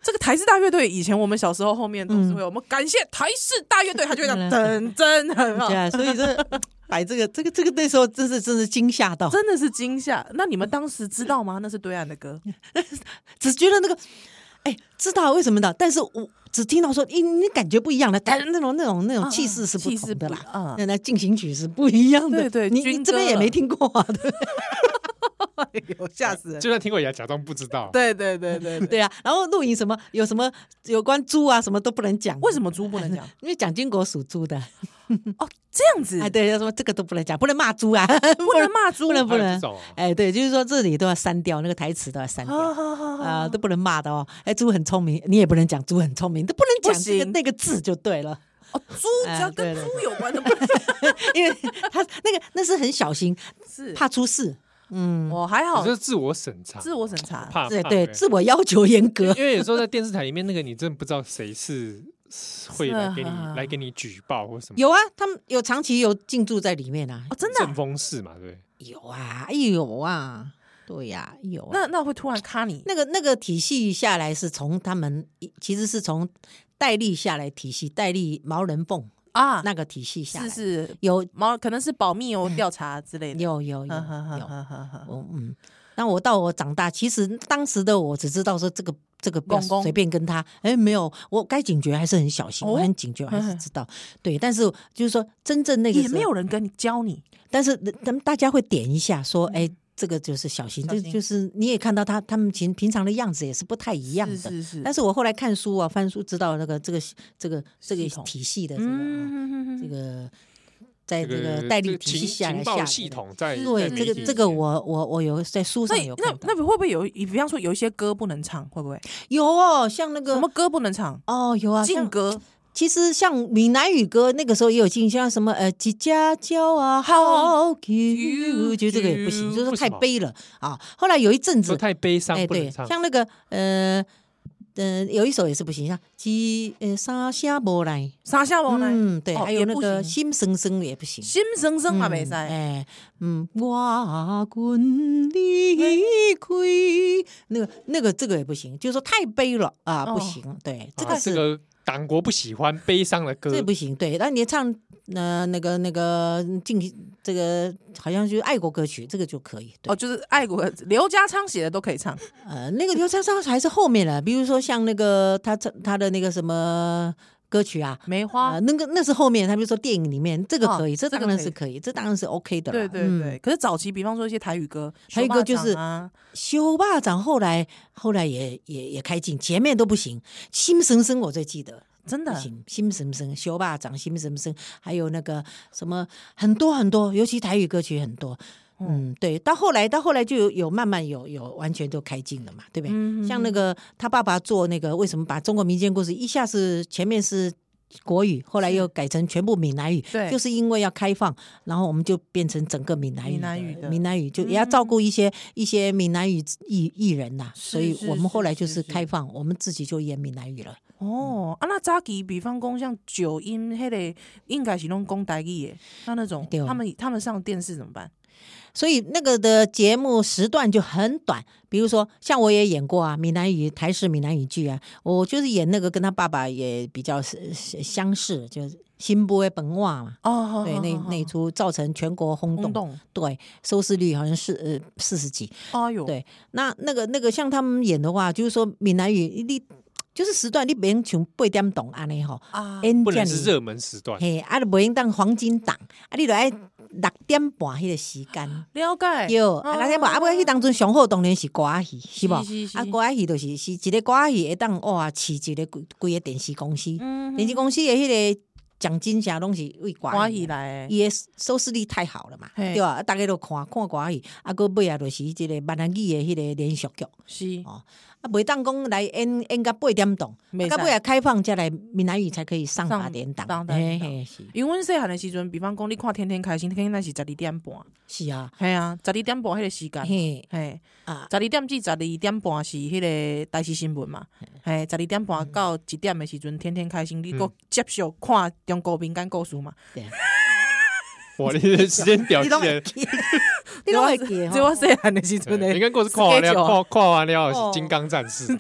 [SPEAKER 1] 这个台式大乐队，以前我们小时候后面总是
[SPEAKER 3] 嗯
[SPEAKER 1] 会有我们感谢台式大乐队，他就会讲噔噔， 很好
[SPEAKER 3] 对，啊，所以嗯这 摆这个这个这个那时候真是真是惊吓 到，
[SPEAKER 1] 真的是惊吓。那你们当时知道吗？那是对岸的 歌，
[SPEAKER 3] 只觉得那个哎知道为什么的，但是我只听到说，你你感觉不一样的，但那种那种那种气势是
[SPEAKER 1] 嗯
[SPEAKER 3] 不
[SPEAKER 1] 气势
[SPEAKER 3] 同的啦
[SPEAKER 1] 不，嗯
[SPEAKER 3] 那那进行曲是不一样的，
[SPEAKER 1] 对对
[SPEAKER 3] 你
[SPEAKER 1] 军
[SPEAKER 3] 你这边
[SPEAKER 1] 歌
[SPEAKER 3] 也没
[SPEAKER 1] 了
[SPEAKER 3] 听过啊，对哎
[SPEAKER 1] 有吓死人。
[SPEAKER 2] 就算听过也要假装不知道。
[SPEAKER 1] 对对对对对，
[SPEAKER 3] 对啊，然后露营什么有什么有关猪啊什么都不能讲，
[SPEAKER 1] 为什么猪不能 讲？
[SPEAKER 3] 因为蒋经国属猪的，
[SPEAKER 1] 哦，这样子
[SPEAKER 3] 哎，对，他说这个都不能讲，不能骂猪啊，
[SPEAKER 1] 不能骂猪，
[SPEAKER 3] 不能不
[SPEAKER 2] 还有
[SPEAKER 3] 能
[SPEAKER 2] 这种哦，
[SPEAKER 3] 哎，对，就是说这里都要删掉，那个台词都要删
[SPEAKER 1] 啊
[SPEAKER 3] 掉。
[SPEAKER 1] 哈哈
[SPEAKER 3] 啊、
[SPEAKER 1] 哈
[SPEAKER 3] 都不能骂的哦。哎，猪很聪明，你也不能讲猪很聪明，都不能讲
[SPEAKER 1] 不
[SPEAKER 3] 这
[SPEAKER 1] 行
[SPEAKER 3] 个那个字就对了，
[SPEAKER 1] 哦，猪
[SPEAKER 3] 哎
[SPEAKER 1] 只要跟
[SPEAKER 3] 对
[SPEAKER 1] 猪
[SPEAKER 3] 对
[SPEAKER 1] 有关的不能
[SPEAKER 3] 因为他那个那是很小心，
[SPEAKER 1] 是。
[SPEAKER 3] 怕出事。嗯，
[SPEAKER 1] 我还好
[SPEAKER 2] 我，是自我审查，
[SPEAKER 1] 自我审查。
[SPEAKER 2] 怕
[SPEAKER 3] 对
[SPEAKER 2] 怕
[SPEAKER 3] 对，
[SPEAKER 2] 欸
[SPEAKER 3] 自我 要求严格。
[SPEAKER 2] 因为有时候在电视台里面，那个你真的不知道谁是是会来给你
[SPEAKER 1] 是啊
[SPEAKER 2] 来给你举报或什么。
[SPEAKER 3] 有啊，他们有长期有进驻在里面啊，
[SPEAKER 1] 哦，真的啊、
[SPEAKER 2] 正风室嘛，对
[SPEAKER 3] 有啊，有啊，对呀、有啊、
[SPEAKER 1] 那那会突然卡你，
[SPEAKER 3] 那个那个体系下来是从他们，其实是从戴笠下来体系，戴笠毛人泵
[SPEAKER 1] 啊，
[SPEAKER 3] 那个体系下来，
[SPEAKER 1] 是是
[SPEAKER 3] 有
[SPEAKER 1] 毛可能是保密哦，调查之类的。
[SPEAKER 3] 有有有
[SPEAKER 1] 呵呵呵
[SPEAKER 3] 有，
[SPEAKER 1] 呵呵呵
[SPEAKER 3] 我嗯，那我到我长大，其实当时的我只知道说这个这个不要
[SPEAKER 1] 公公
[SPEAKER 3] 随便跟他，哎，没有，我该警觉还是很小心，
[SPEAKER 1] 哦
[SPEAKER 3] 我很警觉，还 是知道，对，但是就是说真正那个
[SPEAKER 1] 也
[SPEAKER 3] 时候
[SPEAKER 1] 没有，人跟你教你，
[SPEAKER 3] 但是咱们大家会点一下说，哎。这个就是小心，
[SPEAKER 1] 嗯小
[SPEAKER 3] 这
[SPEAKER 1] 心
[SPEAKER 3] 就是你也看到他他们平平常的样子也是不太一样
[SPEAKER 1] 是
[SPEAKER 3] 的。
[SPEAKER 1] 是是，
[SPEAKER 3] 但
[SPEAKER 1] 是
[SPEAKER 3] 是我后来看书啊，翻书知道那个这个这个这个
[SPEAKER 1] 系统
[SPEAKER 3] 体系的这个、啊
[SPEAKER 1] 嗯，
[SPEAKER 3] 这
[SPEAKER 1] 嗯嗯嗯
[SPEAKER 3] 个，在
[SPEAKER 2] 这
[SPEAKER 3] 这个
[SPEAKER 2] 个
[SPEAKER 3] 戴
[SPEAKER 2] 这
[SPEAKER 3] 笠
[SPEAKER 2] 个
[SPEAKER 3] 体
[SPEAKER 2] 情
[SPEAKER 3] 系下来
[SPEAKER 2] 情
[SPEAKER 3] 下
[SPEAKER 2] 报
[SPEAKER 3] 来
[SPEAKER 2] 系
[SPEAKER 3] 的
[SPEAKER 2] 统在
[SPEAKER 3] 对
[SPEAKER 2] 在
[SPEAKER 3] 这
[SPEAKER 2] 媒
[SPEAKER 3] 个
[SPEAKER 2] 体
[SPEAKER 3] 这个
[SPEAKER 2] 里面
[SPEAKER 3] 我我我有在书上
[SPEAKER 1] 那
[SPEAKER 3] 有
[SPEAKER 1] 那
[SPEAKER 3] 看到
[SPEAKER 1] 那会不会有？比方说有一些歌不能唱，会不会？
[SPEAKER 3] 有哦，像那
[SPEAKER 1] 什
[SPEAKER 3] 个
[SPEAKER 1] 么歌不能唱？
[SPEAKER 3] 哦有啊，
[SPEAKER 1] 禁
[SPEAKER 3] 像
[SPEAKER 1] 歌
[SPEAKER 3] 其实像闽南语歌那个时候也有进，像什么呃几家教啊好 Q，觉得这个也不行，就是
[SPEAKER 2] 为
[SPEAKER 3] 太
[SPEAKER 2] 什么
[SPEAKER 3] 悲了啊。后来有一阵
[SPEAKER 2] 说
[SPEAKER 3] 子，
[SPEAKER 2] 太悲伤
[SPEAKER 3] 哎
[SPEAKER 2] 不
[SPEAKER 3] 对，
[SPEAKER 2] 能唱，
[SPEAKER 3] 像那个呃。呃，有一首也是不行，像几呃沙下无来，
[SPEAKER 1] 傻笑王来，
[SPEAKER 3] 嗯，对，
[SPEAKER 1] 哦
[SPEAKER 3] 还有
[SPEAKER 1] 也
[SPEAKER 3] 那
[SPEAKER 1] 不
[SPEAKER 3] 个
[SPEAKER 1] 行
[SPEAKER 3] 心生生也不行，
[SPEAKER 1] 心生生嘛，没
[SPEAKER 3] 嗯
[SPEAKER 1] 塞。
[SPEAKER 3] 哎，嗯，我君离开，那个那个这个也不行，就是说太悲了啊，
[SPEAKER 1] 哦
[SPEAKER 3] 不行，对，这
[SPEAKER 2] 啊
[SPEAKER 3] 个
[SPEAKER 2] 这
[SPEAKER 3] 是。
[SPEAKER 2] 个党国不喜欢悲伤的歌
[SPEAKER 3] 这，不行，对，那你唱呃那个那个进行这个好像就是爱国歌曲，这个就可以。对，
[SPEAKER 1] 哦，就是爱国刘家昌写的都可以唱，
[SPEAKER 3] 呃，那个刘珊珊还是后面了，比如说像那个他唱他的那个什么歌曲啊，
[SPEAKER 1] 梅
[SPEAKER 3] 啊、
[SPEAKER 1] 花，
[SPEAKER 3] 那个那是后面，他比如说电影里面这个
[SPEAKER 1] 哦
[SPEAKER 3] 可以，这
[SPEAKER 1] 这个
[SPEAKER 3] 当然
[SPEAKER 1] 可以
[SPEAKER 3] 是可以，这当然是 OK 的啦。
[SPEAKER 1] 对对
[SPEAKER 3] 嗯
[SPEAKER 1] 对。可是早期，比方说一些台语歌，
[SPEAKER 3] 还有一个就是
[SPEAKER 1] 手把掌啊，
[SPEAKER 3] 修霸掌后来后来也也也开禁，前面都不行。心神生我最记得，
[SPEAKER 1] 真的
[SPEAKER 3] 不行，心神生修霸掌，心神生，还有那个什么很多很多，尤其台语歌曲很多。
[SPEAKER 1] 哦
[SPEAKER 3] 嗯，对，到后来到后来就有有慢慢有有完全都开禁了嘛，对不对？
[SPEAKER 1] 嗯
[SPEAKER 3] 像那个他爸爸做那个，为什么把中国民间故事一下是前面是国语，后来又改成全部闽南语，
[SPEAKER 1] 对
[SPEAKER 3] 就是因为要开放，然后我们就变成整个闽南语
[SPEAKER 1] 闽
[SPEAKER 3] 的，
[SPEAKER 1] 南语的嗯
[SPEAKER 3] 闽南语就也要照顾一些、一些闽南语艺艺人呐、
[SPEAKER 1] 是
[SPEAKER 3] 所以
[SPEAKER 1] 是
[SPEAKER 3] 我们后来
[SPEAKER 1] 是
[SPEAKER 3] 就是是
[SPEAKER 1] 是
[SPEAKER 3] 开放，我们自己就演闽南语了。嗯
[SPEAKER 1] 哦，啊，那早期比方讲像九音，迄、个应该是拢讲台语的，那那种
[SPEAKER 3] 对哦
[SPEAKER 1] 他们他们上电视怎么办？
[SPEAKER 3] 所以那个的节目时段就很短，比如说像我也演过啊，闽南语台式闽南语剧啊，我就是演那个跟他爸爸也比较是是相似，就是新波本瓦嘛，
[SPEAKER 1] 哦，
[SPEAKER 3] 对，
[SPEAKER 1] 好
[SPEAKER 3] 那那一，出造成全国
[SPEAKER 1] 好
[SPEAKER 3] 轰
[SPEAKER 1] 好
[SPEAKER 3] 动，
[SPEAKER 1] 轰动，
[SPEAKER 3] 对，收视率好像是呃四十几，
[SPEAKER 1] 哎呦，
[SPEAKER 3] 对那那个那个像他们演的话，就是说闽南语你就是时段你不用像八点档安尼吼，
[SPEAKER 1] 啊，
[SPEAKER 3] 演
[SPEAKER 2] 不能
[SPEAKER 3] 这样
[SPEAKER 2] 是热门时 段。
[SPEAKER 3] 嘿，啊你不用当黄金档，啊你就爱六点半迄个时间。
[SPEAKER 1] 了解，哦
[SPEAKER 3] 对，啊，六点半啊，不，迄当中上好当然是歌仔戏，是无？
[SPEAKER 1] 是是
[SPEAKER 3] 啊，歌仔戏就是是一个歌仔戏会当哇，饲一个规规个电视公司，
[SPEAKER 1] 嗯
[SPEAKER 3] 电视公司的迄个奖金啥拢是为歌
[SPEAKER 1] 欢
[SPEAKER 3] 仔戏
[SPEAKER 1] 喜
[SPEAKER 3] 来。
[SPEAKER 1] 来的，
[SPEAKER 3] 伊的收视率太好了嘛，
[SPEAKER 1] 嘿
[SPEAKER 3] 对吧？啊，大家都看看歌仔戏，啊，个尾啊，就是即个闽南语的迄个连续剧，
[SPEAKER 1] 是
[SPEAKER 3] 哦啊，袂当讲来演演到八点档，
[SPEAKER 1] 袂
[SPEAKER 3] 到尾
[SPEAKER 1] 使
[SPEAKER 3] 啊开放才来闽南语才可以上
[SPEAKER 1] 上
[SPEAKER 3] 八点
[SPEAKER 1] 上
[SPEAKER 3] 档，
[SPEAKER 1] 八点档
[SPEAKER 3] 是
[SPEAKER 1] 因为阮细汉的时阵，比方讲你看《天天开心》，天天那是十二点半，
[SPEAKER 3] 是啊，
[SPEAKER 1] 系啊，十二点半迄个时间。
[SPEAKER 3] 嘿
[SPEAKER 1] 嘿，
[SPEAKER 3] 啊，
[SPEAKER 1] 十二点至十二点半是迄个台视新闻嘛，嘿，十二点半到一点的时阵，天天开心，你
[SPEAKER 2] 嗯
[SPEAKER 1] 搁接受看中国民间故事嘛，
[SPEAKER 3] 对啊
[SPEAKER 2] 哇，你的时间表
[SPEAKER 3] 你
[SPEAKER 2] 记
[SPEAKER 3] 都
[SPEAKER 2] 得
[SPEAKER 3] 会，记，你都会记哦
[SPEAKER 1] 只有
[SPEAKER 3] 吼。
[SPEAKER 1] 细汉的时阵
[SPEAKER 2] 对你
[SPEAKER 1] 的，
[SPEAKER 2] 看过是跨完了，
[SPEAKER 1] schedule 嗯
[SPEAKER 2] 跨跨完了
[SPEAKER 3] 哦
[SPEAKER 2] 是金刚战士，
[SPEAKER 3] 嗯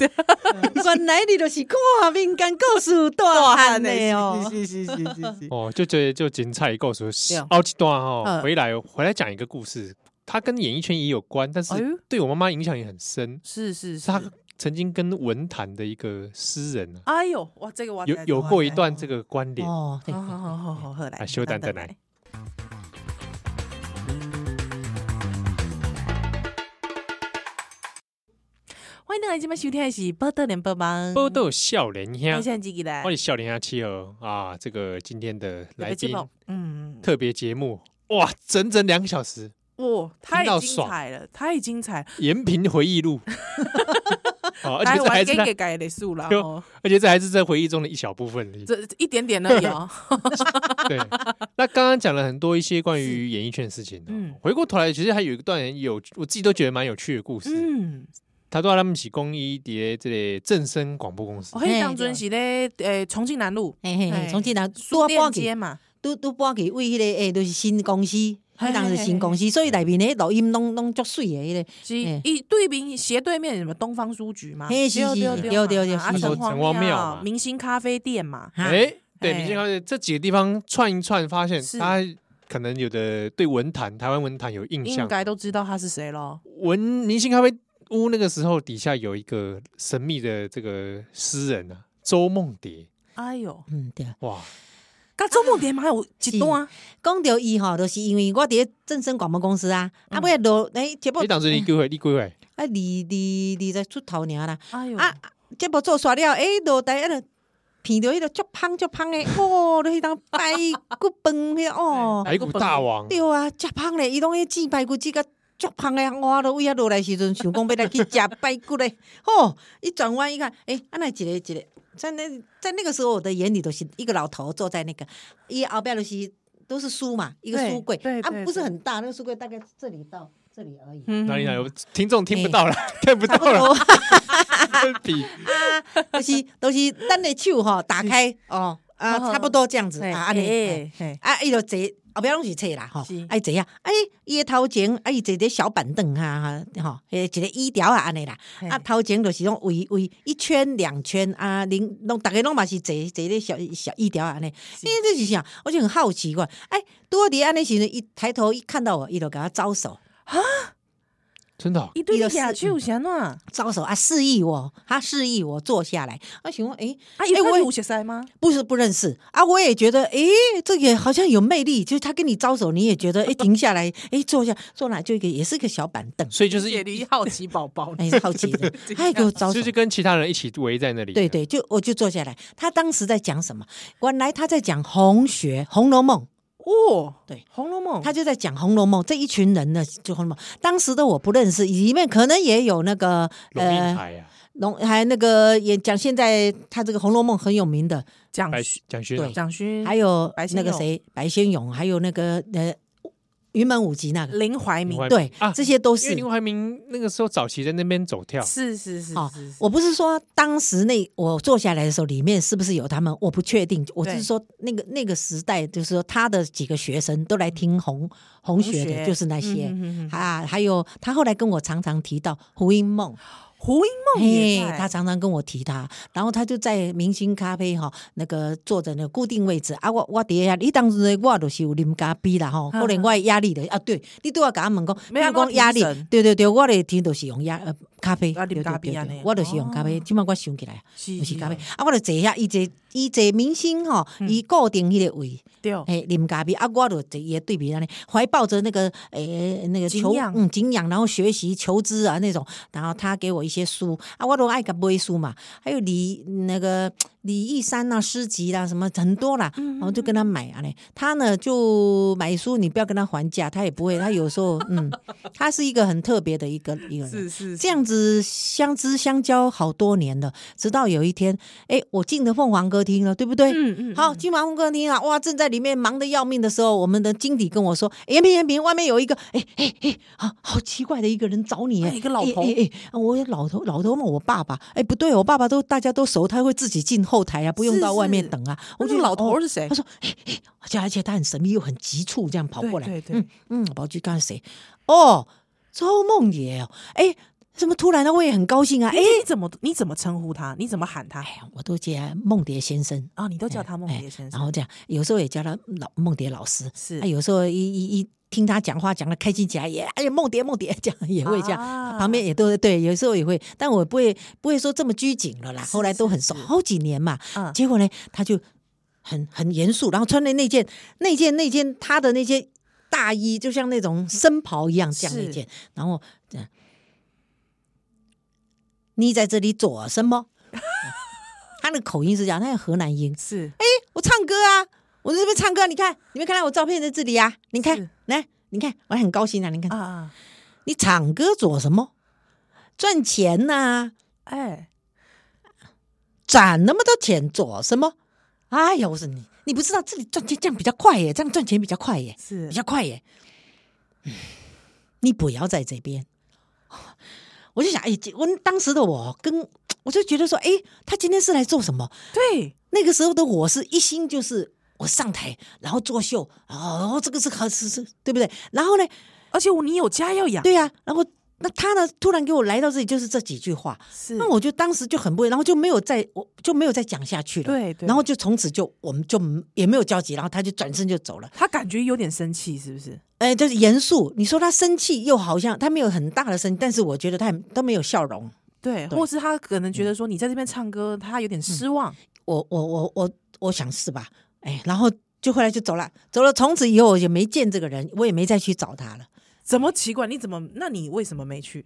[SPEAKER 3] 原来你就是看民间故事大汉的 哦。
[SPEAKER 1] 是是是是是是，
[SPEAKER 2] 哦，就觉得就精彩够说
[SPEAKER 1] 对哦
[SPEAKER 2] 好几段哦，
[SPEAKER 1] 嗯
[SPEAKER 2] 回来回来讲一个故事，它跟演艺圈也有关，但
[SPEAKER 1] 哎
[SPEAKER 2] 是
[SPEAKER 1] 呦
[SPEAKER 2] 对我妈妈影响也很深，
[SPEAKER 1] 是是
[SPEAKER 2] 是她曾经跟文坛的一个诗人啊，
[SPEAKER 1] 哎呦，哇，这个我
[SPEAKER 2] 有
[SPEAKER 1] 知道
[SPEAKER 2] 有过一，段
[SPEAKER 1] 我
[SPEAKER 2] 这个关联。
[SPEAKER 3] 哦，
[SPEAKER 1] 知
[SPEAKER 3] 对
[SPEAKER 1] 道好好好好好，来，
[SPEAKER 2] 啊稍等
[SPEAKER 1] 等
[SPEAKER 2] 等来。
[SPEAKER 1] 欢迎大家今晚收听的是《报道联播网》，
[SPEAKER 2] 波豆笑脸
[SPEAKER 1] 我
[SPEAKER 2] 香，
[SPEAKER 1] 是吉吉来
[SPEAKER 2] 欢，迎笑脸香妻儿啊！这个今天的
[SPEAKER 1] 特
[SPEAKER 2] 来
[SPEAKER 1] 别节
[SPEAKER 2] 宾
[SPEAKER 1] 目，嗯，
[SPEAKER 2] 特别节目，哇，整整两小时，
[SPEAKER 1] 哇，
[SPEAKER 2] 听
[SPEAKER 1] 太
[SPEAKER 2] 到
[SPEAKER 1] 精
[SPEAKER 2] 爽
[SPEAKER 1] 彩了，太精彩了！
[SPEAKER 2] 延平回忆 录。哦，而
[SPEAKER 1] 来，
[SPEAKER 2] 且
[SPEAKER 1] 我
[SPEAKER 2] 这还
[SPEAKER 1] 还
[SPEAKER 2] 是
[SPEAKER 1] 给
[SPEAKER 2] 在
[SPEAKER 1] 给改的数了，
[SPEAKER 2] 就
[SPEAKER 1] 哦
[SPEAKER 2] 而且这还是在回忆中的一小部分而已。
[SPEAKER 1] 这一点点而已哦。
[SPEAKER 2] 对，那刚刚讲了很多一些关于演艺圈的事情、嗯
[SPEAKER 1] 嗯，
[SPEAKER 2] 回过头来，其实还有一段很有我自己都觉得蛮有趣的故事。
[SPEAKER 1] 嗯，
[SPEAKER 2] 他说他们是公益的这类正声广播公司
[SPEAKER 1] 我，迄当阵是咧，诶，重庆南路
[SPEAKER 3] 嘿嘿嘿，
[SPEAKER 1] 哎
[SPEAKER 3] 从这人啊
[SPEAKER 1] 书
[SPEAKER 3] 多
[SPEAKER 1] 店
[SPEAKER 3] 搬
[SPEAKER 1] 街啊
[SPEAKER 3] 去，
[SPEAKER 1] 嘛，
[SPEAKER 3] 都都搬去为迄个诶，都是新公司，迄
[SPEAKER 1] 嘿
[SPEAKER 3] 人是新公司，所以内面迄录音拢拢足水诶，迄个。
[SPEAKER 1] 是
[SPEAKER 3] 哎
[SPEAKER 1] 一对面斜对面什么东方书局嘛，
[SPEAKER 3] 嘿是是是对对对
[SPEAKER 1] 嘛啊
[SPEAKER 3] 是
[SPEAKER 1] 城
[SPEAKER 2] 城
[SPEAKER 1] 隍
[SPEAKER 2] 隍庙嘛
[SPEAKER 1] 明星咖啡店嘛，
[SPEAKER 3] 哈
[SPEAKER 2] 哎、对，
[SPEAKER 1] 哎
[SPEAKER 2] 明星发现这几个地方串一串，发现
[SPEAKER 1] 是
[SPEAKER 2] 大家可能有的对文坛、台湾文坛有印
[SPEAKER 1] 应
[SPEAKER 2] 象。
[SPEAKER 1] 该都知道他是谁咯。
[SPEAKER 2] 文明星咖啡屋那个时候底下有一个神秘的这个诗人啊，周梦蝶，
[SPEAKER 1] 哎呦，
[SPEAKER 3] 嗯，对啊。
[SPEAKER 2] 哇，
[SPEAKER 1] 噶周梦蝶啊嘛有一段啊，
[SPEAKER 3] 讲到伊吼，就是因为我伫咧正声广播公司啊，
[SPEAKER 1] 嗯
[SPEAKER 3] 啊，尾落诶节目
[SPEAKER 2] 你当时你几岁？你几岁？
[SPEAKER 1] 哦
[SPEAKER 3] 啊，二二二十出头尔啦，
[SPEAKER 1] 哎呦，
[SPEAKER 3] 啊，啊节目做煞了，诶，落台啊，就闻到迄个足芳足芳诶，哦，你迄当排骨饭迄哦，
[SPEAKER 2] 排骨大王，
[SPEAKER 3] 对啊，足芳咧，伊拢迄煎排骨煎甲足芳诶，我都位啊落来时阵想讲要来去食排骨咧， 哦，一转弯一看，诶，安尼一个一个，在那在那个时候我的眼里都是一个老头坐在那个，伊后边就是都是书嘛，一个
[SPEAKER 1] 对
[SPEAKER 3] 书柜，
[SPEAKER 1] 对
[SPEAKER 3] 啊
[SPEAKER 1] 对，
[SPEAKER 3] 不是
[SPEAKER 1] 对
[SPEAKER 3] 很大，那个书柜大概这里到这里而已。
[SPEAKER 1] 嗯
[SPEAKER 2] 哪里哪啊里？听众听不到了， 看不到
[SPEAKER 3] 差 不
[SPEAKER 2] 了
[SPEAKER 3] 多，
[SPEAKER 2] 比
[SPEAKER 3] 啊，都是都是 咱的手吼打开哦，啊，
[SPEAKER 1] 好好
[SPEAKER 3] 差不多这样子
[SPEAKER 1] 嘿
[SPEAKER 3] 啊，安尼，
[SPEAKER 1] 嘿嘿
[SPEAKER 3] 啊，伊就坐后壁拢是册啦吼
[SPEAKER 1] 是，
[SPEAKER 3] 哎坐啊，哎伊的头前，哎伊坐伫小板凳啊，吼，迄一个椅条啊安尼啦，
[SPEAKER 1] 嘿
[SPEAKER 3] 啊头前就是种围围一圈两圈啊，恁拢逐个拢嘛是坐坐咧小小椅条啊安尼，因为这是啥，我就很好奇怪，哎，拄好伫安尼时阵，一抬头一看到我，伊就甲我招手。
[SPEAKER 2] 真的哦
[SPEAKER 1] 一对下去有啥呐？
[SPEAKER 3] 招手啊，示意我，他示意我坐下来。我想问，诶、
[SPEAKER 1] 啊，有
[SPEAKER 3] 哎我
[SPEAKER 1] 看
[SPEAKER 3] 也
[SPEAKER 1] 有熟识吗？
[SPEAKER 3] 不是不认识啊，我也觉得，诶，这个好像有魅力，就是他跟你招手，你也觉 得，诶，停下来，诶，坐下，坐哪就一个，也是个小板凳，
[SPEAKER 2] 所以就是一
[SPEAKER 1] 解离好奇宝宝
[SPEAKER 3] 哎，好奇的，他也给我招手
[SPEAKER 2] 就是，
[SPEAKER 1] 啊
[SPEAKER 2] 跟其他人一起围在那里。啊
[SPEAKER 3] 对，对，就我就坐下来。他当时在讲什么？原来他在讲红学《红楼梦》。
[SPEAKER 1] 哦，
[SPEAKER 3] 对
[SPEAKER 1] 《红楼梦》
[SPEAKER 3] 他就在讲《红楼梦》这一群人呢，就《红楼梦》。当时的我不认识，里面可能也有那个呃
[SPEAKER 2] 龙应台啊，
[SPEAKER 3] 龙，还有那个也讲现在他这个《红楼梦》很有名的，
[SPEAKER 1] 蒋
[SPEAKER 2] 白
[SPEAKER 1] 勋
[SPEAKER 2] 蒋勋啊
[SPEAKER 3] 对，
[SPEAKER 1] 蒋勋，
[SPEAKER 3] 还有
[SPEAKER 1] 嗯白先
[SPEAKER 3] 那个
[SPEAKER 1] 勇
[SPEAKER 3] 谁白先勇，还有那个呃云门舞集那个，
[SPEAKER 1] 林怀民
[SPEAKER 2] 林，怀
[SPEAKER 3] 对，
[SPEAKER 2] 啊
[SPEAKER 3] 这些
[SPEAKER 2] 因
[SPEAKER 3] 都
[SPEAKER 2] 为
[SPEAKER 3] 是
[SPEAKER 2] 林怀民那个时候早期在那边走跳，
[SPEAKER 1] 是是是
[SPEAKER 3] 哦
[SPEAKER 1] 是，是
[SPEAKER 3] 我不是说当时那我坐下来的时候，里面是不是有他们，我不确定。我
[SPEAKER 1] 对
[SPEAKER 3] 是说那个那个时代，就是说他的几个学生都来听红红学的，就是那些
[SPEAKER 1] 嗯嗯嗯嗯
[SPEAKER 3] 啊，还有他后来跟我常常提到胡因梦，
[SPEAKER 1] 胡因梦
[SPEAKER 3] 嘿
[SPEAKER 1] 也，在
[SPEAKER 3] 他常常跟我提他，然后他就在明星咖啡哈、那个坐着那个固定位置啊，我我底下，你当时我就是有啉咖啡啦吼，
[SPEAKER 1] 嗯
[SPEAKER 3] 可能我的压力的啊，对，你对我甲我问讲，
[SPEAKER 1] 没有
[SPEAKER 3] 你讲压力
[SPEAKER 1] 我提神，
[SPEAKER 3] 对对对，我的天就是用压呃咖啡，
[SPEAKER 1] 啊
[SPEAKER 3] 对
[SPEAKER 1] 啉
[SPEAKER 3] 对
[SPEAKER 1] 咖啡
[SPEAKER 3] 对对
[SPEAKER 1] 安尼
[SPEAKER 3] 我就是用咖啡，
[SPEAKER 1] 哦
[SPEAKER 3] 即摆我想起来
[SPEAKER 1] 是嗯
[SPEAKER 3] 就是咖啡，啊，我就坐遐，伊坐伊坐明星吼，伊固定迄个位。
[SPEAKER 1] 对，
[SPEAKER 3] 哎，啉咖啡啊，我就坐伊的对比安尼，怀抱着那个诶、那个
[SPEAKER 1] 敬
[SPEAKER 3] 求
[SPEAKER 1] 仰
[SPEAKER 3] 嗯敬仰，然后学习求知啊那种，然后他给我一些书啊，我都爱甲买书嘛，还有李那个李义山啊诗集啦、什么很多啦，
[SPEAKER 1] 嗯
[SPEAKER 3] 然后就跟他买啊嘞，他呢就买书，你不要跟他还价，他也不会，他有时候嗯，他是一个很特别的一个一个人。
[SPEAKER 1] 是是
[SPEAKER 3] 这样子相知相交好多年了，直到有一天，哎，我进了凤凰歌厅了，对不对？
[SPEAKER 1] 嗯嗯，
[SPEAKER 3] 好，进完凤凰歌厅啊，哇，正在里面忙得要命的时候，我们的经理跟我说：“哎严平，严平，外面有一个，哎哎哎，好好奇怪的一个人 找你，
[SPEAKER 1] 哎一个老头
[SPEAKER 3] 哎哎哎，我老头，老头嘛，我爸爸，哎，不对，我爸爸都大家都熟，他会自己进后台啊，不用
[SPEAKER 1] 是
[SPEAKER 3] 到外面
[SPEAKER 1] 是
[SPEAKER 3] 等啊。
[SPEAKER 1] 我
[SPEAKER 3] 我
[SPEAKER 1] 说
[SPEAKER 3] 就
[SPEAKER 1] 老
[SPEAKER 3] 哦
[SPEAKER 1] 头是谁
[SPEAKER 3] 他？说：“嘿嘿，而且而且他很神秘又很急促，这样跑过来。
[SPEAKER 1] 对对对
[SPEAKER 3] 嗯嗯，我跑去看谁？哦，周梦野哦，哎，怎么突然呢？我也很高兴啊，
[SPEAKER 1] 哎
[SPEAKER 3] 哎，，
[SPEAKER 1] 你怎么你怎么称呼他？你怎么喊他？
[SPEAKER 3] 哎呀，我都叫他梦蝶先生，
[SPEAKER 1] 啊，你都叫他梦蝶先
[SPEAKER 3] 哎然
[SPEAKER 1] 生，
[SPEAKER 3] 后这样有时候也叫他老梦蝶老师，
[SPEAKER 1] 是
[SPEAKER 3] 啊，有时候一一一听他讲话讲的开心起来也，哎呀，梦蝶梦蝶这样也会这样。
[SPEAKER 1] 啊
[SPEAKER 3] 旁边也都对，有时候也会，但我不会不会说这么拘谨了啦。
[SPEAKER 1] 是
[SPEAKER 3] 后来都很熟，
[SPEAKER 1] 是是
[SPEAKER 3] 好几年嘛。
[SPEAKER 1] 嗯
[SPEAKER 3] 结果呢，他就很很严肃，然后穿的那件那件那件他的那件大衣，就像那种僧袍一样这样
[SPEAKER 1] 是
[SPEAKER 3] 一件，然后这样，你在这里做什么？他的口音是这样，他有河南音。
[SPEAKER 1] 是
[SPEAKER 3] 我唱歌啊，我在这边唱歌啊、你看，你们看到我照片在这里啊，你
[SPEAKER 1] 是
[SPEAKER 3] 看，来，你看，我很高兴啊，你看，
[SPEAKER 1] 啊啊，
[SPEAKER 3] 你唱歌做什么？赚钱呐、
[SPEAKER 1] 哎，
[SPEAKER 3] 攒那么多钱做什么？哎呀，我说你，你不知道这里赚钱这样比较快耶，这样赚钱比较快耶，
[SPEAKER 1] 是
[SPEAKER 3] 比较快耶。嗯你不要在这边。我就想，哎，这我当时的我跟我就觉得说，哎，他今天是来做什么？
[SPEAKER 1] 对，
[SPEAKER 3] 那个时候的我是一心就是我上台，然后作秀，哦，这个是好是是，对不对？然后呢，
[SPEAKER 1] 而且我你有家要养，
[SPEAKER 3] 对呀、然后那他呢，突然给我来到这里，就是这几句话，
[SPEAKER 1] 是
[SPEAKER 3] 那我就当时就很不会，然后就没有再我就没有再讲下去了，
[SPEAKER 1] 对对
[SPEAKER 3] 然后就从此就我们就也没有交集，然后他就转身就走了。
[SPEAKER 1] 他感觉有点生气，是不是？
[SPEAKER 3] 哎，就是严肃，你说他生气又好像他没有很大的生气，但是我觉得他也都没有笑容。
[SPEAKER 1] 对，
[SPEAKER 3] 对嗯
[SPEAKER 1] 或是他可能觉得说你在这边唱歌，他有点失望，
[SPEAKER 3] 我我我我我想是吧？哎，然后就后来就走了，走了。从此以后我就没见这个人，我也没再去找他了。
[SPEAKER 1] 怎么奇怪？你怎么？那你为什么没去？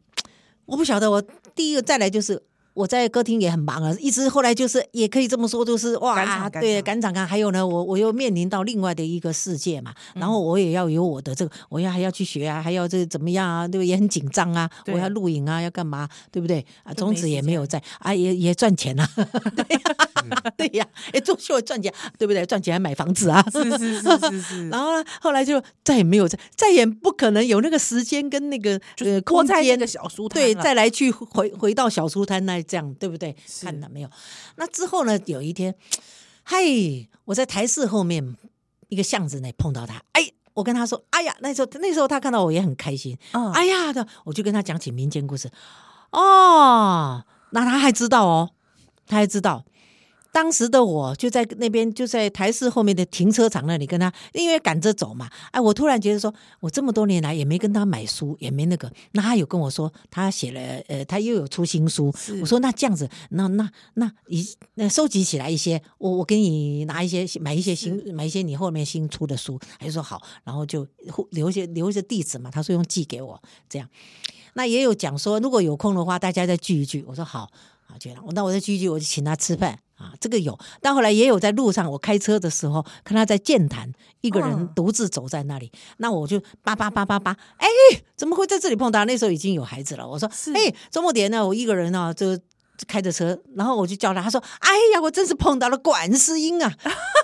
[SPEAKER 3] 我不晓得，我第一个再来就是我在歌厅也很忙啊，一直后来就是也可以这么说，就是
[SPEAKER 1] 赶场
[SPEAKER 3] 哇，
[SPEAKER 1] 赶
[SPEAKER 3] 对，
[SPEAKER 1] 场
[SPEAKER 3] 赶场赶。啊还有呢，我我又面临到另外的一个世界嘛，
[SPEAKER 1] 嗯
[SPEAKER 3] 然后我也要有我的这个，我要还要去学啊，还要这怎么样啊，对不对？也很紧张啊，
[SPEAKER 1] 对
[SPEAKER 3] 我要录影啊，要干嘛，对不对？啊，
[SPEAKER 1] 就
[SPEAKER 3] 从
[SPEAKER 1] 没
[SPEAKER 3] 此
[SPEAKER 1] 时
[SPEAKER 3] 也没有在啊，也也赚钱 啊，对呀、对呀、 哎，做秀赚钱，对不对？赚钱还买房子啊，
[SPEAKER 1] 是是是是是，
[SPEAKER 3] 然后呢，后来就再也没有再再也不可能有那个时间跟那个呃
[SPEAKER 1] 窝
[SPEAKER 3] 空
[SPEAKER 1] 在那
[SPEAKER 3] 间
[SPEAKER 1] 个小书摊
[SPEAKER 3] 对，
[SPEAKER 1] 了
[SPEAKER 3] 再来去回回到小书摊那这样，对不对？
[SPEAKER 1] 是
[SPEAKER 3] 看了没有？那之后呢？有一天，嗨，我在台式后面一个巷子内碰到他，哎，我跟他说，哎呀，那时候那时候他看到我也很开心，
[SPEAKER 1] 嗯
[SPEAKER 3] 哎呀的，我就跟他讲起民间故事，哦，那他还知道哦，他还知道。当时的我就在那边，就在台式后面的停车场那里跟他，因为赶着走嘛。哎，我突然觉得说，我这么多年来也没跟他买书，也没那个。那他有跟我说，他写了，呃，他又有出新书
[SPEAKER 1] 是。
[SPEAKER 3] 我说那这样子，那那那一那收集起来一些，我我给你拿一些买一些新买一些你后面新出的书。他就说好，然后就互留下留下地址嘛，他说用寄给我这样。那也有讲说，如果有空的话，大家再聚一聚。我说好啊，就这样。那我再聚一聚，我就请他吃饭啊，这个有。但后来也有在路上，我开车的时候看他在健谈，一个人
[SPEAKER 1] 嗯
[SPEAKER 3] 独自走在那里，那我就叭叭叭叭叭，哎，怎么会在这里碰到？那时候已经有孩子了。我说
[SPEAKER 1] 是，
[SPEAKER 3] 哎，周末点呢，我一个人呢、就。开着车，然后我就叫他，他说：“哎呀，我真是碰到了管世 英啊！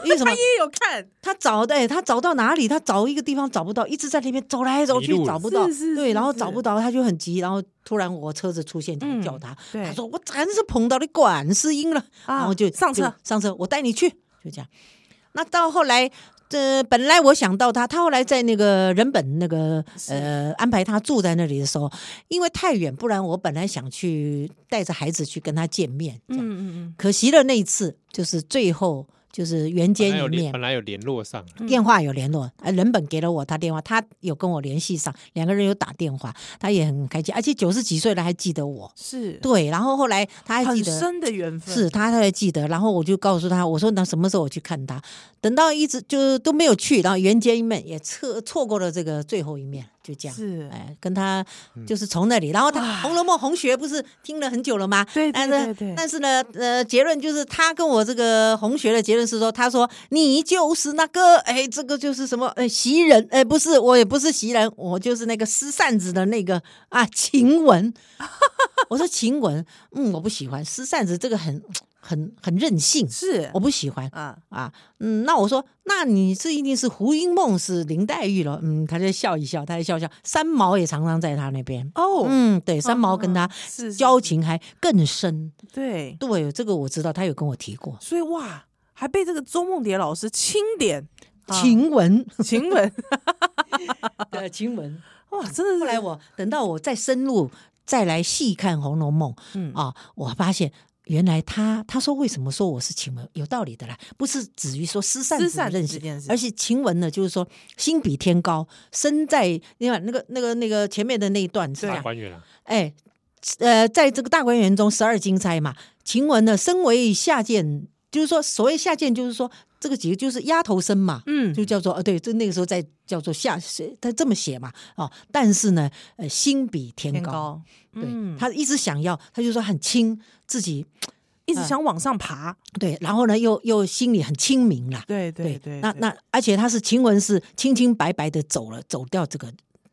[SPEAKER 3] 因为什么？
[SPEAKER 1] 也有看，
[SPEAKER 3] 他找的，哎，他找到哪里？他找一个地方找不到，一直在那边走来走
[SPEAKER 2] 迷
[SPEAKER 3] 去
[SPEAKER 2] 路了
[SPEAKER 3] 找不到，
[SPEAKER 1] 是是
[SPEAKER 3] 对，
[SPEAKER 1] 是
[SPEAKER 3] 然后
[SPEAKER 1] 是
[SPEAKER 3] 找不到，他就很急，然后突然我车子出现，他就
[SPEAKER 1] 嗯
[SPEAKER 3] 叫他，
[SPEAKER 1] 对
[SPEAKER 3] 他说我真是碰到你管世英了，
[SPEAKER 1] 啊
[SPEAKER 3] 然后就
[SPEAKER 1] 上车
[SPEAKER 3] 就上车，我带你去，就这样。那到后来，这、本来我想到他，他后来在那个人本那个呃安排他住在那里的时候，因为太远，不然我本来想去带着孩子去跟他见面，这样、
[SPEAKER 1] 嗯嗯
[SPEAKER 3] 可惜了那一次，就是最后就是缘
[SPEAKER 2] 本
[SPEAKER 3] 见
[SPEAKER 2] 来有
[SPEAKER 3] 一面
[SPEAKER 2] 联，本来有联络上了，啊
[SPEAKER 1] 嗯
[SPEAKER 3] 电话有联络，呃，人本给了我他电话，他有跟我联系上，两个人有打电话，他也很开心，而且九十几岁了还记得我，
[SPEAKER 1] 是
[SPEAKER 3] 对，然后后来他还
[SPEAKER 1] 很
[SPEAKER 3] 记得。
[SPEAKER 1] 深的缘分，
[SPEAKER 3] 是他，他还记得，然后我就告诉他，我说那什么时候我去看他？等到一直就都没有去，然后缘见一面，也错错过了这个最后一面，就这样。
[SPEAKER 1] 是
[SPEAKER 3] 哎，跟他就是从那里，然后他
[SPEAKER 1] 哇
[SPEAKER 3] 《红楼梦》红学不是听了很久了吗？
[SPEAKER 1] 对对
[SPEAKER 3] 但是
[SPEAKER 1] 对对
[SPEAKER 3] 但是呢，呃，结论就是他跟我这个红学的结论是说，他说你就是那个，哎，这个就是什么，哎，袭人，哎，不是，我也不是袭人，我就是那个撕扇子的那个啊，晴雯。 我说晴雯，嗯，我不喜欢湿扇子这个很很很任性，
[SPEAKER 1] 是
[SPEAKER 3] 我不喜欢。
[SPEAKER 1] 啊，
[SPEAKER 3] 啊，嗯，那我说，那你是一定是胡因梦是林黛玉了，嗯，他就笑一笑，他就笑一笑。三毛也常常在他那边，
[SPEAKER 1] 哦，
[SPEAKER 3] 嗯，对，三毛跟他
[SPEAKER 1] 啊是是
[SPEAKER 3] 交情还更深，
[SPEAKER 1] 对，
[SPEAKER 3] 对，这个我知道，他有跟我提过。
[SPEAKER 1] 所以哇，还被这个周梦蝶老师钦点啊
[SPEAKER 3] 晴雯，
[SPEAKER 1] 晴雯，
[SPEAKER 3] 对，晴雯。
[SPEAKER 1] 哇，真的是
[SPEAKER 3] 后来我等到我再深入再来细看《红楼梦》
[SPEAKER 1] 嗯
[SPEAKER 3] 啊，我发现。原来他他说为什么说我是晴雯有道理的啦，不是止于说失散
[SPEAKER 1] 失
[SPEAKER 3] 子的
[SPEAKER 1] 散
[SPEAKER 3] 认
[SPEAKER 1] 这
[SPEAKER 3] 识，
[SPEAKER 1] 件事
[SPEAKER 3] 而且晴雯呢，就是说心比天高，身在另外那个那个那个前面的那一段是这
[SPEAKER 2] 大
[SPEAKER 3] 样，
[SPEAKER 2] 观园啊，
[SPEAKER 3] 哎，呃，在这个大观园中十二金钗嘛，晴雯呢，身为下贱，就是说所谓下贱，就是说这个几个就是丫头身嘛，
[SPEAKER 1] 嗯
[SPEAKER 3] 就叫做呃，对，就那个时候在叫做下，是他这么写嘛，哦，但是呢，呃，心比天高，
[SPEAKER 1] 天高，嗯
[SPEAKER 3] 对，他一直想要，他就说很轻自己，
[SPEAKER 1] 一
[SPEAKER 3] 啊
[SPEAKER 1] 直想往上爬，
[SPEAKER 3] 对，然后呢，又又心里很清明啦，
[SPEAKER 1] 对对对，
[SPEAKER 3] 那
[SPEAKER 1] 对
[SPEAKER 3] 那而且他是晴雯是清清白白的走了，走掉这个。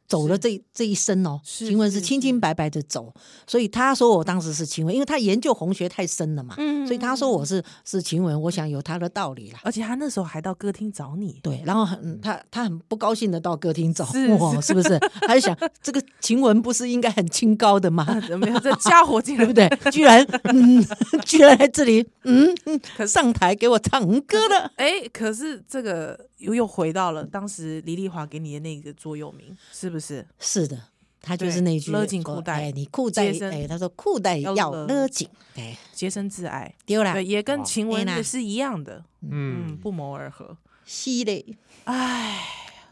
[SPEAKER 3] 走了这这一生哦，
[SPEAKER 1] 是
[SPEAKER 3] 晴雯是
[SPEAKER 1] 是
[SPEAKER 3] 清
[SPEAKER 1] 是
[SPEAKER 3] 清白白的走，所以他说我当时是晴雯，因为他研究红学太深了嘛，
[SPEAKER 1] 嗯
[SPEAKER 3] 所以他说我是是晴雯，我想有他的道理啦。
[SPEAKER 1] 而且他那时候还到歌厅找你，
[SPEAKER 3] 对，然后很他他很不高兴的到歌厅找
[SPEAKER 1] 嗯是
[SPEAKER 3] 我，是不是？他就想这个晴雯不是应该很清高的吗？
[SPEAKER 1] 啊没有这家伙 竟
[SPEAKER 3] 对
[SPEAKER 1] 然
[SPEAKER 3] 不对？居然嗯，居然来这里嗯嗯，上台给我唱歌了。
[SPEAKER 1] 哎，可是这个又又回到了当时黎丽华给你的那个座右铭，是不是？
[SPEAKER 3] 是的，他就
[SPEAKER 1] 对
[SPEAKER 3] 是那句
[SPEAKER 1] 勒紧
[SPEAKER 3] 说
[SPEAKER 1] 裤带
[SPEAKER 3] 哎，你裤带
[SPEAKER 1] 贴，身
[SPEAKER 3] 哎，他说裤带
[SPEAKER 1] 要
[SPEAKER 3] 要
[SPEAKER 1] 勒
[SPEAKER 3] 勒紧，哎，
[SPEAKER 1] 洁身自爱，
[SPEAKER 3] 丢啦
[SPEAKER 1] 对，，也跟
[SPEAKER 2] 哇
[SPEAKER 1] 晴
[SPEAKER 3] 哎
[SPEAKER 1] 雯
[SPEAKER 3] 呐
[SPEAKER 1] 也是一样的，啊嗯，
[SPEAKER 2] 嗯，
[SPEAKER 1] 不谋而合。
[SPEAKER 3] 吸嘞，
[SPEAKER 1] 哎，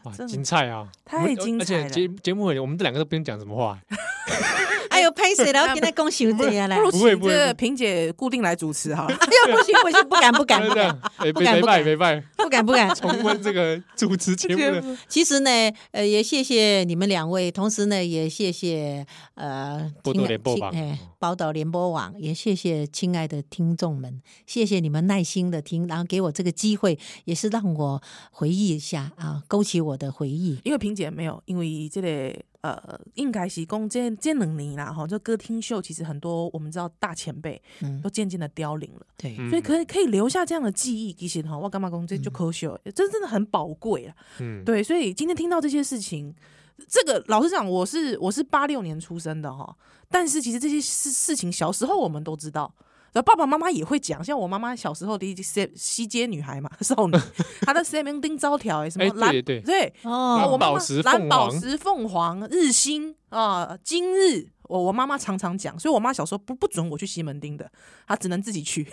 [SPEAKER 2] 哇，
[SPEAKER 1] 真的
[SPEAKER 2] 精彩啊，
[SPEAKER 1] 太
[SPEAKER 2] 我们
[SPEAKER 1] 精
[SPEAKER 2] 而且
[SPEAKER 1] 彩
[SPEAKER 2] 节节目尾我们这两个都不用讲什么话，
[SPEAKER 3] 哎 呦，拍谁了？我跟他恭喜这 样啦
[SPEAKER 1] 不。如
[SPEAKER 2] 不
[SPEAKER 1] 请
[SPEAKER 2] 会
[SPEAKER 1] 这
[SPEAKER 2] 不会不
[SPEAKER 1] 个
[SPEAKER 2] 会
[SPEAKER 1] 萍姐固定来主持好了。
[SPEAKER 3] 哎呦，不行不行，不敢不 敢
[SPEAKER 2] 就
[SPEAKER 3] 不
[SPEAKER 2] 这样
[SPEAKER 3] 敢，
[SPEAKER 2] 哎，
[SPEAKER 3] 不
[SPEAKER 2] 没
[SPEAKER 3] 敢
[SPEAKER 2] 没
[SPEAKER 3] 不
[SPEAKER 2] 拜
[SPEAKER 3] 敢
[SPEAKER 2] 没拜，
[SPEAKER 3] 不敢不敢。
[SPEAKER 2] 重温这个主持节目的，
[SPEAKER 3] 其实呢，呃，也谢谢你们两位，同时呢，也谢谢呃，
[SPEAKER 2] 波
[SPEAKER 3] 亲
[SPEAKER 2] 多
[SPEAKER 3] 爱
[SPEAKER 2] 联播
[SPEAKER 3] 亲
[SPEAKER 2] 网
[SPEAKER 3] 哎，宝岛联播网，也谢谢亲爱的听众们，谢谢你们耐心的听，然后给我这个机会，也是让我回忆一下啊，勾起我的回忆。
[SPEAKER 1] 因为萍姐没有，因为这个呃，应该是讲这这两年啦，哈，就歌厅秀其实很多我们知道大前辈
[SPEAKER 3] 嗯
[SPEAKER 1] 都，渐渐的凋零了，
[SPEAKER 3] 对，
[SPEAKER 2] 嗯
[SPEAKER 1] 所以可以可以留下这样的记忆，其实哈，我干嘛讲这就可惜了，这真的很宝贵啦。
[SPEAKER 2] 嗯，
[SPEAKER 1] 对，所以今天听到这些事情，这个老实讲，我是我是八六年出生的哈，但是其实这些事事情小时候我们都知道。然后爸爸妈妈也会讲，像我妈妈小时候的一些西街女孩嘛， 少 女，她的三明丁招条哎，什么
[SPEAKER 2] 哎
[SPEAKER 1] 蓝
[SPEAKER 2] 对对
[SPEAKER 1] 对，
[SPEAKER 3] 哦
[SPEAKER 1] 啊我妈
[SPEAKER 2] 宝
[SPEAKER 1] 妈
[SPEAKER 2] 石
[SPEAKER 1] 蓝
[SPEAKER 2] 凤
[SPEAKER 1] 宝
[SPEAKER 2] 凰
[SPEAKER 1] 石、凤凰、日新啊、今日，我我妈妈常常讲，所以我妈小时候不不准我去西门町的，她只能自己去，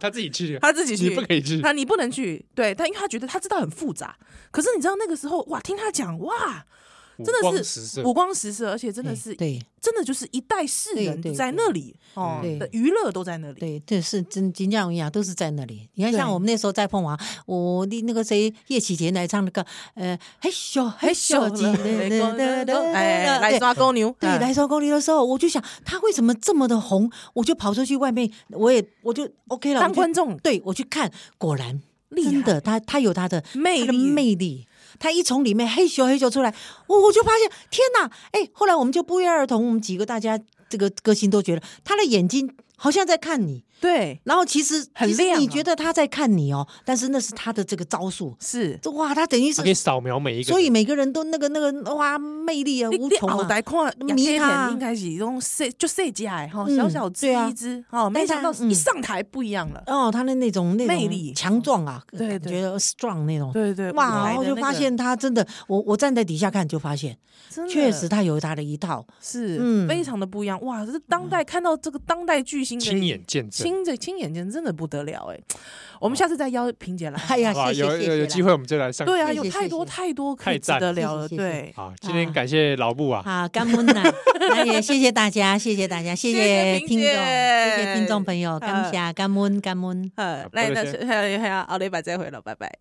[SPEAKER 2] 他自己 去，
[SPEAKER 1] 她自己去，
[SPEAKER 2] 你不可以去，
[SPEAKER 1] 啊，你不能去，对，但因为她觉得她知道很复杂，可是你知道那个时候哇，听她讲哇，
[SPEAKER 2] 五
[SPEAKER 1] 真的
[SPEAKER 2] 光
[SPEAKER 1] 是
[SPEAKER 2] 十色
[SPEAKER 1] 五光十色，而且真的
[SPEAKER 3] 对
[SPEAKER 1] 是
[SPEAKER 3] 对
[SPEAKER 1] 真的就是一代世
[SPEAKER 3] 对
[SPEAKER 1] 人
[SPEAKER 3] 对
[SPEAKER 1] 在那里哦
[SPEAKER 2] 嗯
[SPEAKER 3] 对，
[SPEAKER 1] 的娱乐都在那里，
[SPEAKER 3] 对，这是真金匠一样，都是在那里。你看，像
[SPEAKER 1] 对
[SPEAKER 3] 我们那时候在凤凰，我那那个谁叶启田来唱那个，呃，嘿咻嘿咻，叽嘞嘞嘞嘞
[SPEAKER 1] 哎，来
[SPEAKER 3] 对
[SPEAKER 1] 抓公牛，
[SPEAKER 3] 对，
[SPEAKER 1] 嗯
[SPEAKER 3] 来收公里的时候，我就想他为什么这么的红，我就跑出去外面，我也我就 OK 了，
[SPEAKER 1] 当
[SPEAKER 3] 我就
[SPEAKER 1] 观众
[SPEAKER 3] 对我去看，果然
[SPEAKER 1] 厉
[SPEAKER 3] 真
[SPEAKER 1] 害
[SPEAKER 3] 的，他他有他的
[SPEAKER 1] 魅
[SPEAKER 3] 他的
[SPEAKER 1] 力
[SPEAKER 3] 魅力。他一从里面嘿咻嘿咻出来，我我就发现天哪！哎，后来我们就不约而同，我们几个大家这个歌星都觉得他的眼睛好像在看你，
[SPEAKER 1] 对
[SPEAKER 3] 然后其实
[SPEAKER 1] 很
[SPEAKER 3] 其实
[SPEAKER 1] 亮
[SPEAKER 3] 你
[SPEAKER 1] 啊
[SPEAKER 3] 觉得他在看你哦，但是那是他的这个招数，
[SPEAKER 1] 是。
[SPEAKER 3] 这哇，他等于
[SPEAKER 2] 他
[SPEAKER 3] 是
[SPEAKER 2] 可以，扫描每一个人，
[SPEAKER 3] 所以每个人都那个那个哇，魅力啊
[SPEAKER 1] 你
[SPEAKER 3] 无
[SPEAKER 1] 你
[SPEAKER 3] 穷
[SPEAKER 1] 后
[SPEAKER 3] 啊。
[SPEAKER 1] 台看
[SPEAKER 3] 迷
[SPEAKER 1] 亚片
[SPEAKER 3] 他啊
[SPEAKER 1] 应该是用细就细只的哈，
[SPEAKER 3] 嗯
[SPEAKER 1] 小小只
[SPEAKER 3] 对啊
[SPEAKER 1] 一只哦，没
[SPEAKER 3] 但
[SPEAKER 1] 想
[SPEAKER 3] 他
[SPEAKER 1] 到
[SPEAKER 3] 嗯
[SPEAKER 1] 一上台不一样了。
[SPEAKER 3] 哦，他的那种那种
[SPEAKER 1] 魅力
[SPEAKER 3] 强壮啊，
[SPEAKER 1] 对
[SPEAKER 3] 感
[SPEAKER 1] 对
[SPEAKER 3] 觉 strong 那种，
[SPEAKER 1] 对对，
[SPEAKER 3] 哇，
[SPEAKER 1] 舞台
[SPEAKER 3] 然后
[SPEAKER 1] 的
[SPEAKER 3] 就
[SPEAKER 1] 那
[SPEAKER 3] 发
[SPEAKER 1] 个
[SPEAKER 3] 现他真的，我我站在底下看就发现，
[SPEAKER 1] 真的
[SPEAKER 3] 确实他有他的一套，
[SPEAKER 1] 是
[SPEAKER 3] 嗯
[SPEAKER 1] 非常的不一样哇！这当代看到这个当代巨星的
[SPEAKER 2] 亲眼见证。
[SPEAKER 1] 亲着亲眼见真的不得了哎，我们下次再邀萍姐来。
[SPEAKER 3] 哦哎呀，
[SPEAKER 2] 好吧，
[SPEAKER 3] 谢谢
[SPEAKER 2] 有
[SPEAKER 3] 谢谢
[SPEAKER 2] 有有
[SPEAKER 3] 啦
[SPEAKER 2] 机会我们就来上。
[SPEAKER 1] 对啊，
[SPEAKER 3] 谢谢
[SPEAKER 1] 有太多
[SPEAKER 3] 谢谢
[SPEAKER 1] 太多可以
[SPEAKER 2] 太
[SPEAKER 1] 值
[SPEAKER 2] 赞
[SPEAKER 1] 得聊了，
[SPEAKER 3] 谢谢谢谢
[SPEAKER 1] 对。
[SPEAKER 2] 好，今天感谢老布啊，
[SPEAKER 3] 啊，干温呐， 那也谢谢大家，谢谢大家，谢
[SPEAKER 1] 谢谢萍
[SPEAKER 3] 听众，谢
[SPEAKER 1] 姐
[SPEAKER 3] 谢听众朋友，感谢感恩感恩。啊
[SPEAKER 1] 呃，
[SPEAKER 2] 不
[SPEAKER 1] 那
[SPEAKER 2] 客
[SPEAKER 1] 那
[SPEAKER 2] 气
[SPEAKER 1] 还有还有，奥利百再回了，拜拜。